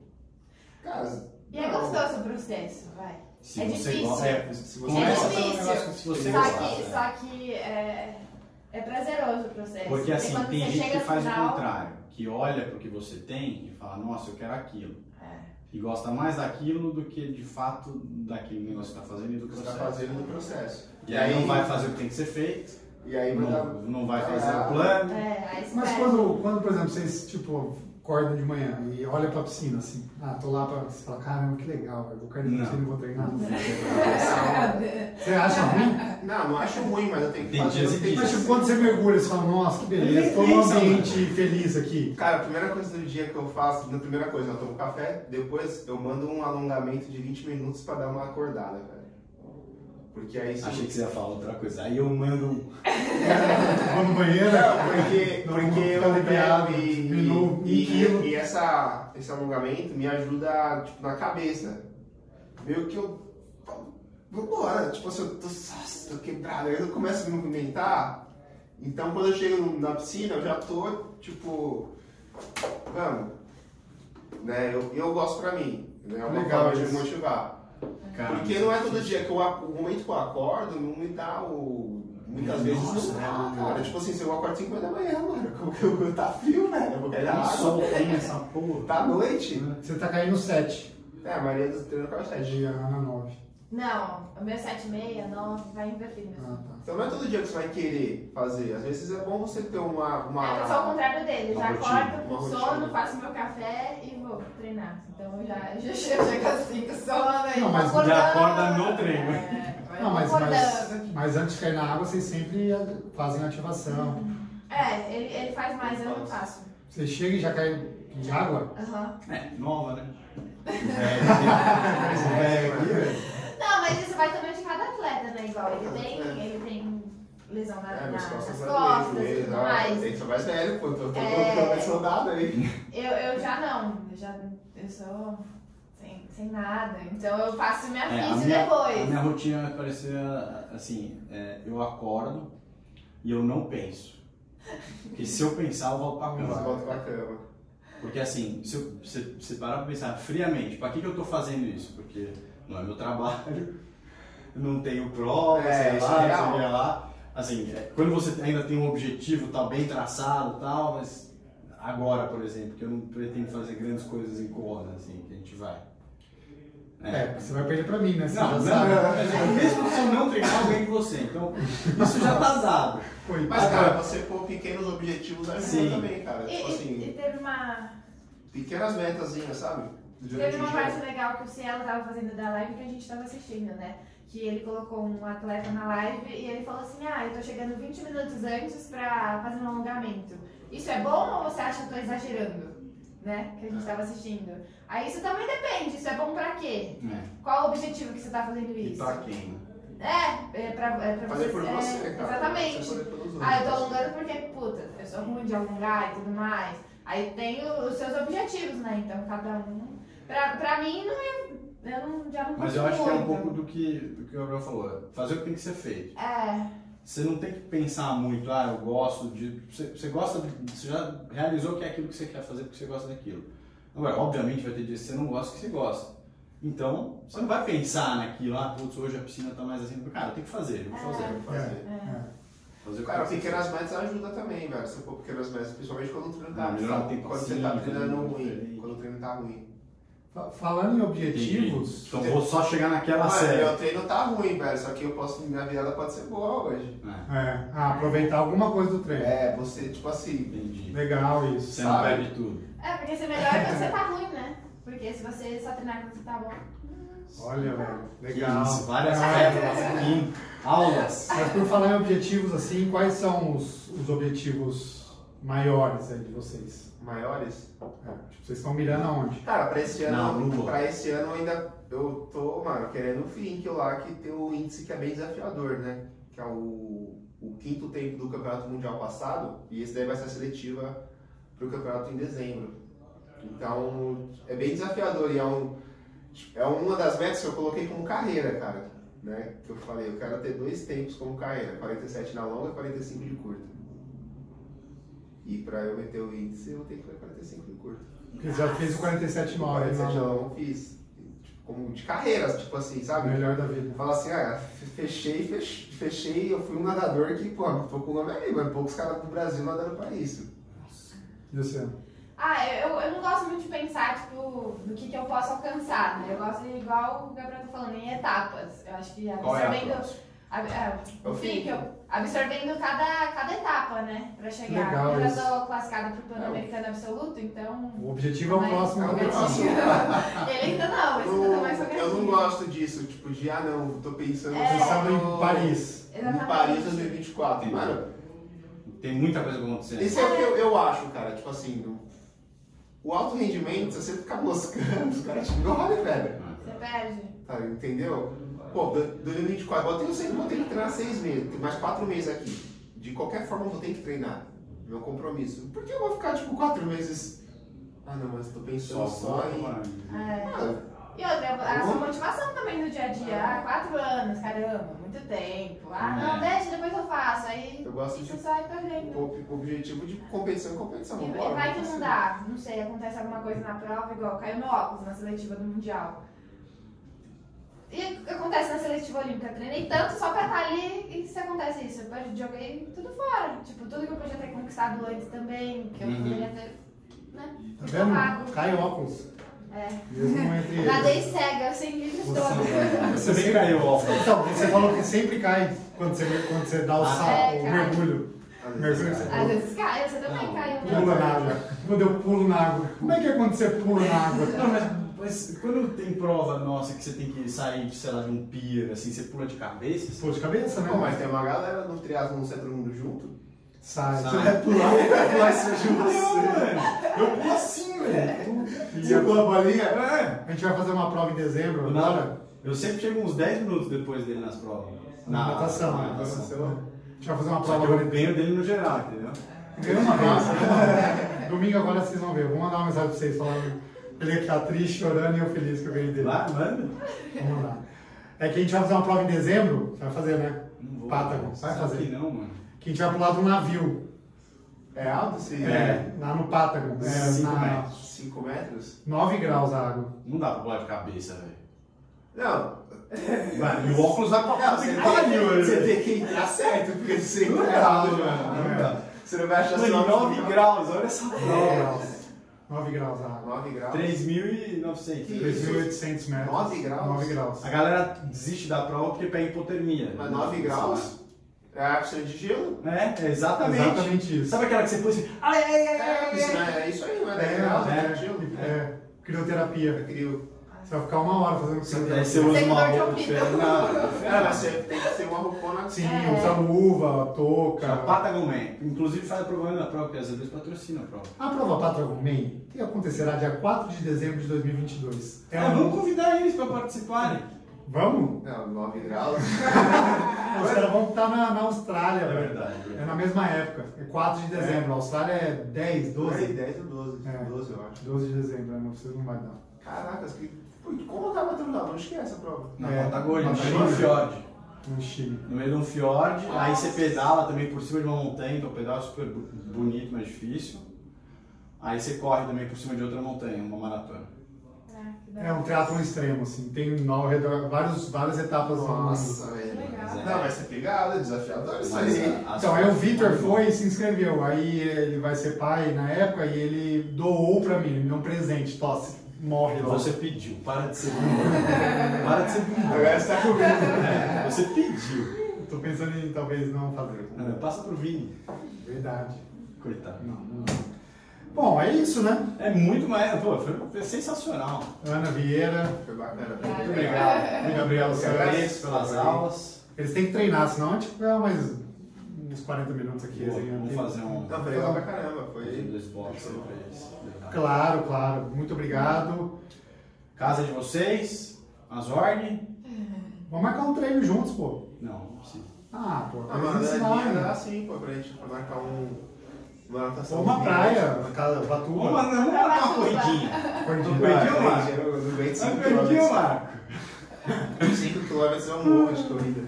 Speaker 3: Cara.
Speaker 5: E é
Speaker 3: não.
Speaker 5: gostoso o processo, vai.
Speaker 1: Se
Speaker 5: É
Speaker 1: você
Speaker 5: difícil.
Speaker 1: gosta. É,
Speaker 3: Se você
Speaker 1: começa
Speaker 5: gosta.
Speaker 1: pelo
Speaker 5: É
Speaker 1: negócio que se você
Speaker 5: só
Speaker 1: gostar.
Speaker 5: que,
Speaker 1: né?
Speaker 5: só que é, é prazeroso o processo.
Speaker 1: Porque
Speaker 5: E
Speaker 1: assim,
Speaker 5: quando
Speaker 1: tem
Speaker 5: você
Speaker 1: gente
Speaker 5: chega
Speaker 1: que
Speaker 5: no
Speaker 1: faz
Speaker 5: final,
Speaker 1: o contrário, que olha pro que você tem e fala, nossa, eu quero aquilo.
Speaker 5: É.
Speaker 1: E gosta mais daquilo do que de fato daquele negócio que tá fazendo e do
Speaker 3: O que você tá
Speaker 1: processo.
Speaker 3: fazendo no processo.
Speaker 1: E aí não vai fazer o que tem que ser feito,
Speaker 3: E aí vai dar.
Speaker 1: não, não vai fazer
Speaker 3: Ah.
Speaker 1: o plano.
Speaker 5: É, aí você
Speaker 4: Mas
Speaker 5: perde.
Speaker 4: quando, quando, por exemplo, vocês tipo, acordam de manhã e olham pra piscina assim, ah, tô lá pra. Você fala, caramba, que legal, eu vou cair na
Speaker 1: Não.
Speaker 4: piscina e vou treinar.
Speaker 5: Sabe?
Speaker 4: Você acha ruim?
Speaker 3: Não, não acho ruim, mas eu tenho que
Speaker 1: Tem
Speaker 3: fazer.
Speaker 1: dias
Speaker 3: eu
Speaker 1: e
Speaker 3: tenho que
Speaker 4: Mas
Speaker 1: dias.
Speaker 4: tipo,
Speaker 3: fazer.
Speaker 4: quando você mergulha, você fala, nossa, que beleza, tô num
Speaker 1: Beleza,
Speaker 4: ambiente feliz aqui.
Speaker 3: Cara, a primeira coisa do dia que eu faço, a primeira coisa, eu tomo café, depois eu mando um alongamento de 20 minutos pra dar uma acordada, velho. Porque aí se-
Speaker 1: Achei que você ia falar outra coisa. Aí eu mando um.
Speaker 4: Vou no banheiro.
Speaker 3: Não, porque,
Speaker 4: Não,
Speaker 3: porque
Speaker 4: fica
Speaker 3: eu
Speaker 4: aliviado,
Speaker 3: pego
Speaker 4: diminuo um
Speaker 3: e, e,
Speaker 4: quilo.
Speaker 3: e, e essa, esse alongamento me ajuda tipo, na cabeça. Meio que eu. Vambora, tipo assim, eu tô, nossa, tô quebrado, aí eu começo a me movimentar. Então quando eu chego na piscina, eu já tô tipo. Vamos. Né? Eu, eu gosto pra mim. Né? É uma
Speaker 4: Legal
Speaker 3: forma de me
Speaker 4: isso.
Speaker 3: motivar.
Speaker 1: Cara,
Speaker 3: Porque não é todo dia que eu, ac- o momento que eu acordo não me dá o. Muitas vezes
Speaker 1: Nossa,
Speaker 3: não
Speaker 1: né,
Speaker 3: dá,
Speaker 1: mano?
Speaker 3: cara. Tipo assim, se eu acordo 5 horas da manhã, mano, como que eu, tá frio, velho? Eu vou cair na
Speaker 1: Que
Speaker 3: água.
Speaker 1: sol tem essa porra.
Speaker 3: Tá à noite?
Speaker 4: Você tá caindo 7.
Speaker 3: É, a maioria dos treinos acaba às
Speaker 4: É
Speaker 3: 7.
Speaker 4: de Ana 9.
Speaker 5: Não, o meu 7,6, 9, vai inverter mesmo.
Speaker 4: Ah, tá.
Speaker 3: Então não é todo dia que você vai querer fazer. Às vezes é bom você ter uma.
Speaker 5: É, eu sou ao
Speaker 3: uma...
Speaker 5: contrário
Speaker 1: Ah.
Speaker 5: dele,
Speaker 1: Uma
Speaker 5: já
Speaker 1: rotina,
Speaker 5: acordo
Speaker 3: uma
Speaker 5: com
Speaker 3: rotina.
Speaker 5: sono, faço meu café e vou treinar. Então eu já, eu já chego, chego assim com sono aí.
Speaker 4: Não, mas já
Speaker 1: acorda no treino.
Speaker 5: É,
Speaker 4: Não, mas,
Speaker 5: acordando.
Speaker 4: mas, mas antes de cair na água, vocês sempre fazem ativação.
Speaker 5: É, ele, ele faz mais, eu não faço.
Speaker 4: Você chega e já cai em água?
Speaker 5: Aham.
Speaker 1: É, nova, né?
Speaker 3: É,
Speaker 4: É,
Speaker 5: Não, mas isso vai também de cada atleta, né? Igual ele tem,
Speaker 3: É.
Speaker 5: ele tem lesão na,
Speaker 3: É,
Speaker 5: na-
Speaker 3: minhas
Speaker 5: nas
Speaker 3: costas
Speaker 5: Ah, costas
Speaker 3: vai doer,
Speaker 5: e
Speaker 3: joelho,
Speaker 5: tudo
Speaker 3: tá?
Speaker 5: mais.
Speaker 3: Tem que ser mais velho, pô. Eu tô eu tô
Speaker 5: É.
Speaker 3: ficando soldado aí.
Speaker 5: Eu, eu já não, eu já eu sou sem, sem nada. Então eu faço minha
Speaker 1: É, a,
Speaker 5: ficha
Speaker 1: minha, a
Speaker 5: depois.
Speaker 1: minha rotina vai parecer assim: é, eu acordo e eu não penso. Porque se eu pensar, eu volto pra
Speaker 3: Mas
Speaker 1: cama.
Speaker 3: volta pra cama.
Speaker 1: Porque assim, se eu- se você parar pra pensar friamente, pra que, que eu tô fazendo isso? Porque não é meu trabalho, não tenho prova,
Speaker 3: É,
Speaker 1: sei
Speaker 3: isso
Speaker 1: lá,
Speaker 3: é real.
Speaker 1: não sei lá. Assim, é, quando você ainda tem um objetivo, tá bem traçado e tal, mas agora, por exemplo, que eu não pretendo fazer grandes coisas em corona, assim, que a gente vai.
Speaker 4: É, você vai perder pra mim, né? Você
Speaker 1: Não,
Speaker 4: já
Speaker 1: não,
Speaker 4: sabe.
Speaker 1: não, mesmo se eu não treinar, eu ganho de você. Então, isso já tá dado.
Speaker 4: Foi.
Speaker 3: Mas, cara, você pôr pequenos objetivos ajuda
Speaker 1: Sim.
Speaker 3: também, cara.
Speaker 5: E,
Speaker 3: Tipo assim.
Speaker 5: e- e teve uma,
Speaker 3: pequenas metazinhas, sabe? Durante
Speaker 5: teve
Speaker 3: o
Speaker 5: uma
Speaker 3: dia.
Speaker 5: parte legal que o Cielo tava fazendo da live que a gente tava assistindo, né? que ele colocou um atleta na live e ele falou assim: Ah, eu tô chegando 20 minutos antes pra fazer um alongamento. Isso é bom ou você acha que eu tô exagerando? Né? Que a gente tava assistindo. Aí isso também depende: isso é bom pra quê?
Speaker 1: É.
Speaker 5: Qual o objetivo que você tá fazendo
Speaker 1: E
Speaker 5: isso?
Speaker 1: pra quem? né?
Speaker 5: É, é pra, é pra
Speaker 3: Fazer por
Speaker 5: é,
Speaker 3: você, cara.
Speaker 5: Exatamente.
Speaker 3: Você fazer pelos
Speaker 5: Ah, eu tô
Speaker 3: outros.
Speaker 5: alongando porque, puta, eu sou ruim de alongar e tudo mais. Aí tem o- os seus objetivos, né? Então, cada um. Pra, pra mim, não é. Eu não, já não
Speaker 1: Mas
Speaker 5: curto
Speaker 1: eu acho que é um
Speaker 5: muito.
Speaker 1: pouco do que, do que o Gabriel falou. Fazer o que tem que ser feito.
Speaker 5: É,
Speaker 1: Você não tem que pensar muito, ah, eu gosto de. Você, você gosta, de- você já realizou que é aquilo que você quer fazer porque você gosta daquilo. Agora, obviamente vai ter dias que você não gosta que você gosta. Então, você não vai pensar naquilo, ah, putz, hoje a piscina tá mais assim. Cara, tem que fazer, eu vou fazer, eu vou fazer. fazer o que
Speaker 3: Cara,
Speaker 1: tem que ser
Speaker 3: pequenas metas ajuda também, velho. Se for pequenas metas, principalmente quando o treino
Speaker 1: Ah,
Speaker 3: tá
Speaker 1: melhorar o
Speaker 3: ruim.
Speaker 1: tempo
Speaker 3: Quando você
Speaker 1: assim,
Speaker 3: tá
Speaker 1: fazer
Speaker 3: treinando
Speaker 1: um
Speaker 3: ruim.
Speaker 1: diferente.
Speaker 3: Quando o treino tá ruim.
Speaker 4: Fa- Falando em objetivos,
Speaker 1: Então vou só chegar naquela
Speaker 3: Mano,
Speaker 1: série.
Speaker 3: meu treino tá ruim, velho. Só que eu posso. Minha virada pode ser boa hoje.
Speaker 1: É,
Speaker 4: é, ah, aproveitar alguma coisa do treino.
Speaker 3: É, você, tipo assim.
Speaker 1: entendi.
Speaker 4: Legal isso.
Speaker 1: Você não
Speaker 3: sabe?
Speaker 1: perde tudo.
Speaker 5: é, porque você melhora quando você tá ruim, né? Porque se você só treinar quando você tá bom.
Speaker 4: Olha, velho, legal.
Speaker 1: Que isso, várias
Speaker 4: Ah,
Speaker 1: pérolas aqui, aulas.
Speaker 4: Mas por falar em objetivos, assim, quais são os, os objetivos maiores aí de vocês?
Speaker 3: Maiores?
Speaker 4: É, tipo, vocês estão mirando aonde?
Speaker 3: Cara, pra esse ano.
Speaker 1: Não, não vou.
Speaker 3: pra esse ano ainda. Eu tô, mano, querendo o Fink lá, que tem o índice que é bem desafiador, né? Que é o, o quinto tempo do Campeonato Mundial passado. E esse daí vai ser a seletiva pro campeonato em dezembro. Então, é bem desafiador e é um. É uma das metas que eu coloquei como carreira, cara. Né? Que eu falei, eu quero ter dois tempos como carreira, 47 na longa e 45 de curta. E pra eu meter o índice, eu vou ter que fazer 45 de curta.
Speaker 4: Porque já fez o 47
Speaker 3: Tipo,
Speaker 4: mal,
Speaker 3: 47 na
Speaker 4: né?
Speaker 3: longa eu fiz. Tipo, como de carreira, tipo assim, sabe?
Speaker 4: Melhor da vida.
Speaker 3: Fala assim, ah, fe- fechei, fech- fechei, eu fui um nadador que, pô, tô com o nome aí, mas poucos caras do Brasil nadando pra isso.
Speaker 4: E você?
Speaker 5: Ah, eu, eu não gosto muito de pensar, tipo, do que, que eu posso alcançar, né? Eu gosto de, igual o Gabriel tá falando, em etapas. Eu acho que
Speaker 1: Qual é a
Speaker 5: absorvendo.
Speaker 1: próxima?
Speaker 5: Ab- é,
Speaker 3: Eu
Speaker 5: enfim,
Speaker 3: fico.
Speaker 5: que eu- absorvendo cada, cada etapa, né? Pra chegar.
Speaker 4: Legal
Speaker 5: eu já
Speaker 4: isso.
Speaker 5: sou classificada pro
Speaker 3: É
Speaker 5: Pan-Americano Absoluto, então.
Speaker 4: O objetivo é o
Speaker 5: Mas-
Speaker 4: próximo
Speaker 5: é o
Speaker 4: competição.
Speaker 5: próximo. Ele ainda não, esse
Speaker 3: Eu,
Speaker 5: tudo mais sobre
Speaker 3: eu
Speaker 5: assim.
Speaker 3: não gosto disso, tipo, de, ah, não, tô pensando...
Speaker 5: É.
Speaker 4: Vocês estavam
Speaker 3: no-
Speaker 4: em Paris.
Speaker 5: Exatamente.
Speaker 3: Em Paris 2024.
Speaker 1: Entendi.
Speaker 3: Mano,
Speaker 1: Tem muita coisa acontecendo.
Speaker 3: esse é o que eu, eu acho, cara. Tipo assim, o- o alto rendimento, se você ficar moscando, os caras te engolem, velho.
Speaker 5: Você perde.
Speaker 3: Tá, entendeu? Pô, do- 2024, eu tenho sempre vou ter que treinar seis meses, tem mais quatro meses aqui. De qualquer forma, eu vou ter que treinar. Meu compromisso. Por que eu vou ficar, tipo, quatro meses? Ah, não, mas tô pensando só, em.
Speaker 5: É.
Speaker 3: Ah,
Speaker 5: E outra, a sua
Speaker 3: Uhum.
Speaker 5: motivação também no dia a dia. Ah, quatro anos, caramba, muito tempo. Ah, não,
Speaker 1: É.
Speaker 5: deixa, depois eu faço. Aí
Speaker 3: Eu gosto
Speaker 5: isso
Speaker 3: de-
Speaker 5: só vai perdendo.
Speaker 3: o objetivo de competição é competição.
Speaker 5: E
Speaker 3: bora,
Speaker 5: vai que
Speaker 3: vamos
Speaker 5: não
Speaker 3: assim.
Speaker 5: dá, não sei, acontece alguma coisa na prova, igual caiu meu óculos na seletiva do Mundial. E acontece na seletiva olímpica, eu treinei tanto só pra estar ali e se acontece isso, eu perdi, joguei tudo fora. Tipo, tudo que eu podia ter conquistado antes também, que eu
Speaker 1: Uhum.
Speaker 5: poderia ter, né?
Speaker 4: Tá
Speaker 5: Pago.
Speaker 4: vendo? Cai óculos.
Speaker 5: É.
Speaker 4: Mesmo entre
Speaker 5: Nadei cega, sem livros
Speaker 4: é
Speaker 5: todos.
Speaker 1: Você bem caiu, Alfa.
Speaker 4: Então, você falou que sempre cai quando você, quando você dá o
Speaker 1: Ah,
Speaker 4: salto,
Speaker 5: é,
Speaker 4: o
Speaker 5: cai.
Speaker 4: mergulho.
Speaker 3: Às vezes é
Speaker 4: Mergulho que você
Speaker 5: Às
Speaker 4: falou.
Speaker 5: vezes cai, você também
Speaker 1: Não.
Speaker 5: caiu,
Speaker 4: Pula na
Speaker 5: né?
Speaker 4: água. Quando eu pulo na água. Como é que é quando você pula na água?
Speaker 1: Não, mas, mas quando tem prova nossa que você tem que sair, de, sei lá, de um pier, assim, você pula de cabeça, assim,
Speaker 4: Pô, de cabeça, né?
Speaker 3: Pô, mas tem uma galera no triatlon no centro do mundo junto.
Speaker 4: Sai.
Speaker 1: Sai.
Speaker 4: Você vai pular, vai pular em cima de você.
Speaker 1: eu pulo assim, velho.
Speaker 4: E a-
Speaker 3: a bolinha?
Speaker 1: É.
Speaker 4: A gente vai fazer uma prova em dezembro
Speaker 1: Eu
Speaker 4: agora.
Speaker 1: nada. Eu sempre chego uns 10 minutos depois dele nas provas.
Speaker 4: Na natação,
Speaker 1: na
Speaker 4: né?
Speaker 1: natação.
Speaker 4: A gente vai fazer uma
Speaker 1: Só
Speaker 4: prova
Speaker 1: que
Speaker 4: agora.
Speaker 1: eu ganho dele no geral, entendeu?
Speaker 4: Ganhou uma vez. Domingo agora vocês vão ver. Eu Vou mandar uma mensagem pra vocês falando ele aqui tá triste, chorando e eu feliz que eu ganhei dele.
Speaker 1: Lá, manda.
Speaker 4: Vamos lá. É que a gente vai fazer uma prova em dezembro. Você vai fazer, né?
Speaker 1: Não vou.
Speaker 4: Patagon, vai
Speaker 1: Sabe
Speaker 4: fazer.
Speaker 1: que não, mano.
Speaker 4: Que a gente vai pular de um navio.
Speaker 3: É alto esse?
Speaker 4: Lá no Patagon. É,
Speaker 1: Cinco
Speaker 4: na
Speaker 1: metros.
Speaker 3: 5 metros?
Speaker 4: 9 graus a água.
Speaker 1: Não dá pra pular de cabeça, velho.
Speaker 3: Não.
Speaker 1: Vai, E o óculos vai pra
Speaker 3: Não,
Speaker 1: puta
Speaker 3: você,
Speaker 1: que
Speaker 3: tem,
Speaker 1: pariu, né?
Speaker 3: você
Speaker 1: velho.
Speaker 3: tem que entrar certo, porque se você
Speaker 1: Não
Speaker 3: entrar
Speaker 1: dá,
Speaker 3: errado,
Speaker 1: mano. Não dá.
Speaker 3: você não assim, vai achar
Speaker 1: Mano,
Speaker 3: seu
Speaker 1: 9 graus, olha essa prova.
Speaker 4: 9 graus. 9 É. graus a água.
Speaker 3: 9 graus.
Speaker 1: 3.900.
Speaker 3: Que
Speaker 4: 3.800 metros.
Speaker 3: Nove graus?
Speaker 4: 9 graus.
Speaker 1: A galera desiste da prova porque pega hipotermia.
Speaker 3: Mas 9 graus é a piscina de gelo?
Speaker 1: É, exatamente.
Speaker 4: Exatamente isso.
Speaker 1: Sabe aquela que você põe assim. "Ai, ai, ai, ai,
Speaker 3: É,
Speaker 1: ai, ai".
Speaker 3: piscina é isso aí, não é
Speaker 4: É,
Speaker 3: 10 graus,
Speaker 1: né?
Speaker 3: é de gelo.
Speaker 4: É, crioterapia.
Speaker 3: É crio.
Speaker 5: Ah,
Speaker 4: Você vai ficar uma hora fazendo o que você
Speaker 1: Daí
Speaker 4: quer.
Speaker 1: você usa uma
Speaker 5: Seguidor de
Speaker 1: roupa
Speaker 5: opinião.
Speaker 1: diferente. Não,
Speaker 3: Cara, mas você tem que ser uma roupona assim.
Speaker 4: Sim,
Speaker 5: É.
Speaker 4: usa luva, touca.
Speaker 1: Patagon Man. Inclusive faz propaganda própria, às vezes patrocina a própria.
Speaker 4: A prova Patagon Man que acontecerá dia 4 de dezembro de 2022. É
Speaker 1: Ah,
Speaker 4: um-
Speaker 1: vamos convidar eles pra participarem.
Speaker 4: Vamos?
Speaker 3: Não, 9 graus.
Speaker 4: Os caras vão estar na, na Austrália, velho. É
Speaker 1: verdade.
Speaker 4: na mesma época. É 4 de dezembro. A Austrália é 10, 12.
Speaker 3: 10 ou 12?
Speaker 4: É.
Speaker 3: 12, eu acho.
Speaker 4: 12 de dezembro, né? Vocês não vai dar.
Speaker 3: Caracas, que... Pô, como acaba tendo lá? Não esquece essa prova.
Speaker 1: Na
Speaker 4: É,
Speaker 1: Patagônia, no
Speaker 4: Patagônia.
Speaker 1: meio de um fiord.
Speaker 4: No Chile.
Speaker 1: No meio de um fiord, aí
Speaker 5: Nossa.
Speaker 1: você pedala também por cima de uma montanha, então o pedal é super bu- bonito, mas difícil. Aí você corre também por cima de outra montanha, uma maratona.
Speaker 5: Ah, que da
Speaker 4: É um triatlon extremo, assim. Tem no- ao redor, vários, várias etapas. no-
Speaker 3: Nossa, velho.
Speaker 5: Legal.
Speaker 3: Não, vai ser pegado, é desafiador isso
Speaker 1: Mas
Speaker 3: aí. né?
Speaker 1: a- as-
Speaker 4: Então, aí o Vitor foi e se inscreveu. Aí ele vai ser pai na época e ele doou pra mim, ele me deu um presente. Tosse, morre lá.
Speaker 1: Você pediu, para de ser bunda. Para de ser bunda.
Speaker 3: Agora você tá comigo.
Speaker 1: Você pediu.
Speaker 4: Tô pensando em talvez não fazer.
Speaker 1: Ah, Passa pro Vini.
Speaker 4: Verdade.
Speaker 1: Coitado.
Speaker 4: Não, não. Bom, é isso, né?
Speaker 1: É muito mais. Pô, foi foi sensacional.
Speaker 4: Ana Vieira,
Speaker 3: Foi bacana.
Speaker 1: Muito
Speaker 5: Obrigada.
Speaker 1: obrigado.
Speaker 4: Gabriela
Speaker 1: Agradeço
Speaker 4: Santos.
Speaker 1: pelas aulas.
Speaker 4: Eles têm que treinar, senão a gente fica mais uns 40 minutos aqui
Speaker 1: Boa,
Speaker 4: resenhando.
Speaker 1: Vamos fazer um.
Speaker 3: Não, foi legal pra caramba.
Speaker 1: fazer
Speaker 3: Foi.
Speaker 1: dois blocos aí pra eles.
Speaker 4: Claro, claro. Muito obrigado.
Speaker 1: Casa de vocês? As ordens?
Speaker 4: Vamos marcar um treino juntos, pô.
Speaker 1: Não, não precisa.
Speaker 4: Ah, pô.
Speaker 3: Ah,
Speaker 4: Vamos
Speaker 3: mano,
Speaker 4: ensinar,
Speaker 3: é
Speaker 4: né?
Speaker 3: assim, pô, pra gente marcar um. Uma natação.
Speaker 4: Ou uma praia, uma casa, uma
Speaker 1: Vamos
Speaker 4: turma.
Speaker 1: vamos marcar uma corridinha.
Speaker 3: Eu
Speaker 4: Corrida.
Speaker 1: Uma
Speaker 3: perdi
Speaker 1: corridinha, Marco.
Speaker 3: Eu aguento
Speaker 1: Uma
Speaker 3: 5
Speaker 1: corridinha,
Speaker 3: km.
Speaker 1: Marco.
Speaker 3: 5 km é um morro de corrida.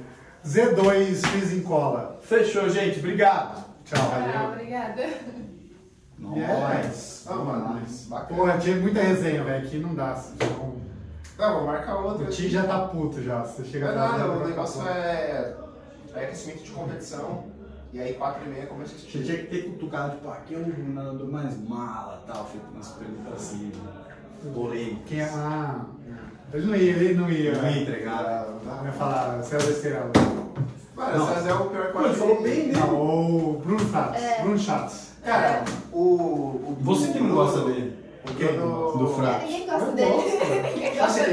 Speaker 4: Z2 fiz em cola.
Speaker 1: Fechou, gente. Obrigado.
Speaker 4: Tchau.
Speaker 5: Ah, obrigada.
Speaker 1: Nós.
Speaker 3: Ah, mano, bacana.
Speaker 4: Porra, tinha é muita resenha, velho. Aqui não dá. assim, então,
Speaker 3: Não, vou marcar outra.
Speaker 4: O Ti já tá puto já. Você chega né?
Speaker 1: tá
Speaker 3: Não,
Speaker 4: atrasado,
Speaker 3: não, É o
Speaker 4: vai
Speaker 3: negócio
Speaker 4: ficar
Speaker 3: é, é aquecimento de competição. E aí 4 e meia começa a
Speaker 1: A
Speaker 3: assistir.
Speaker 1: gente tinha que ter cutucado, tipo, aqui é um nadador mais mala tal, feito umas perguntas assim,
Speaker 4: puto.
Speaker 1: polêmicas.
Speaker 4: Quem é? Ah, ele não ia, ele não ia.
Speaker 1: Não ia
Speaker 4: né?
Speaker 1: entregar.
Speaker 4: Não ia falar, você é besteira.
Speaker 3: Mano,
Speaker 1: Não.
Speaker 3: essas é o pior
Speaker 1: Pô, ele falou bem dele.
Speaker 4: Ah, o Bruno Schatz.
Speaker 5: É.
Speaker 4: Bruno Schatz.
Speaker 3: Cara, o, o.
Speaker 1: Você que não gosta dele.
Speaker 3: O Bruno-
Speaker 1: Do Fra-
Speaker 5: Ninguém gosta
Speaker 4: Eu
Speaker 5: dele.
Speaker 4: gosto,
Speaker 3: Assim,
Speaker 5: Ninguém gosta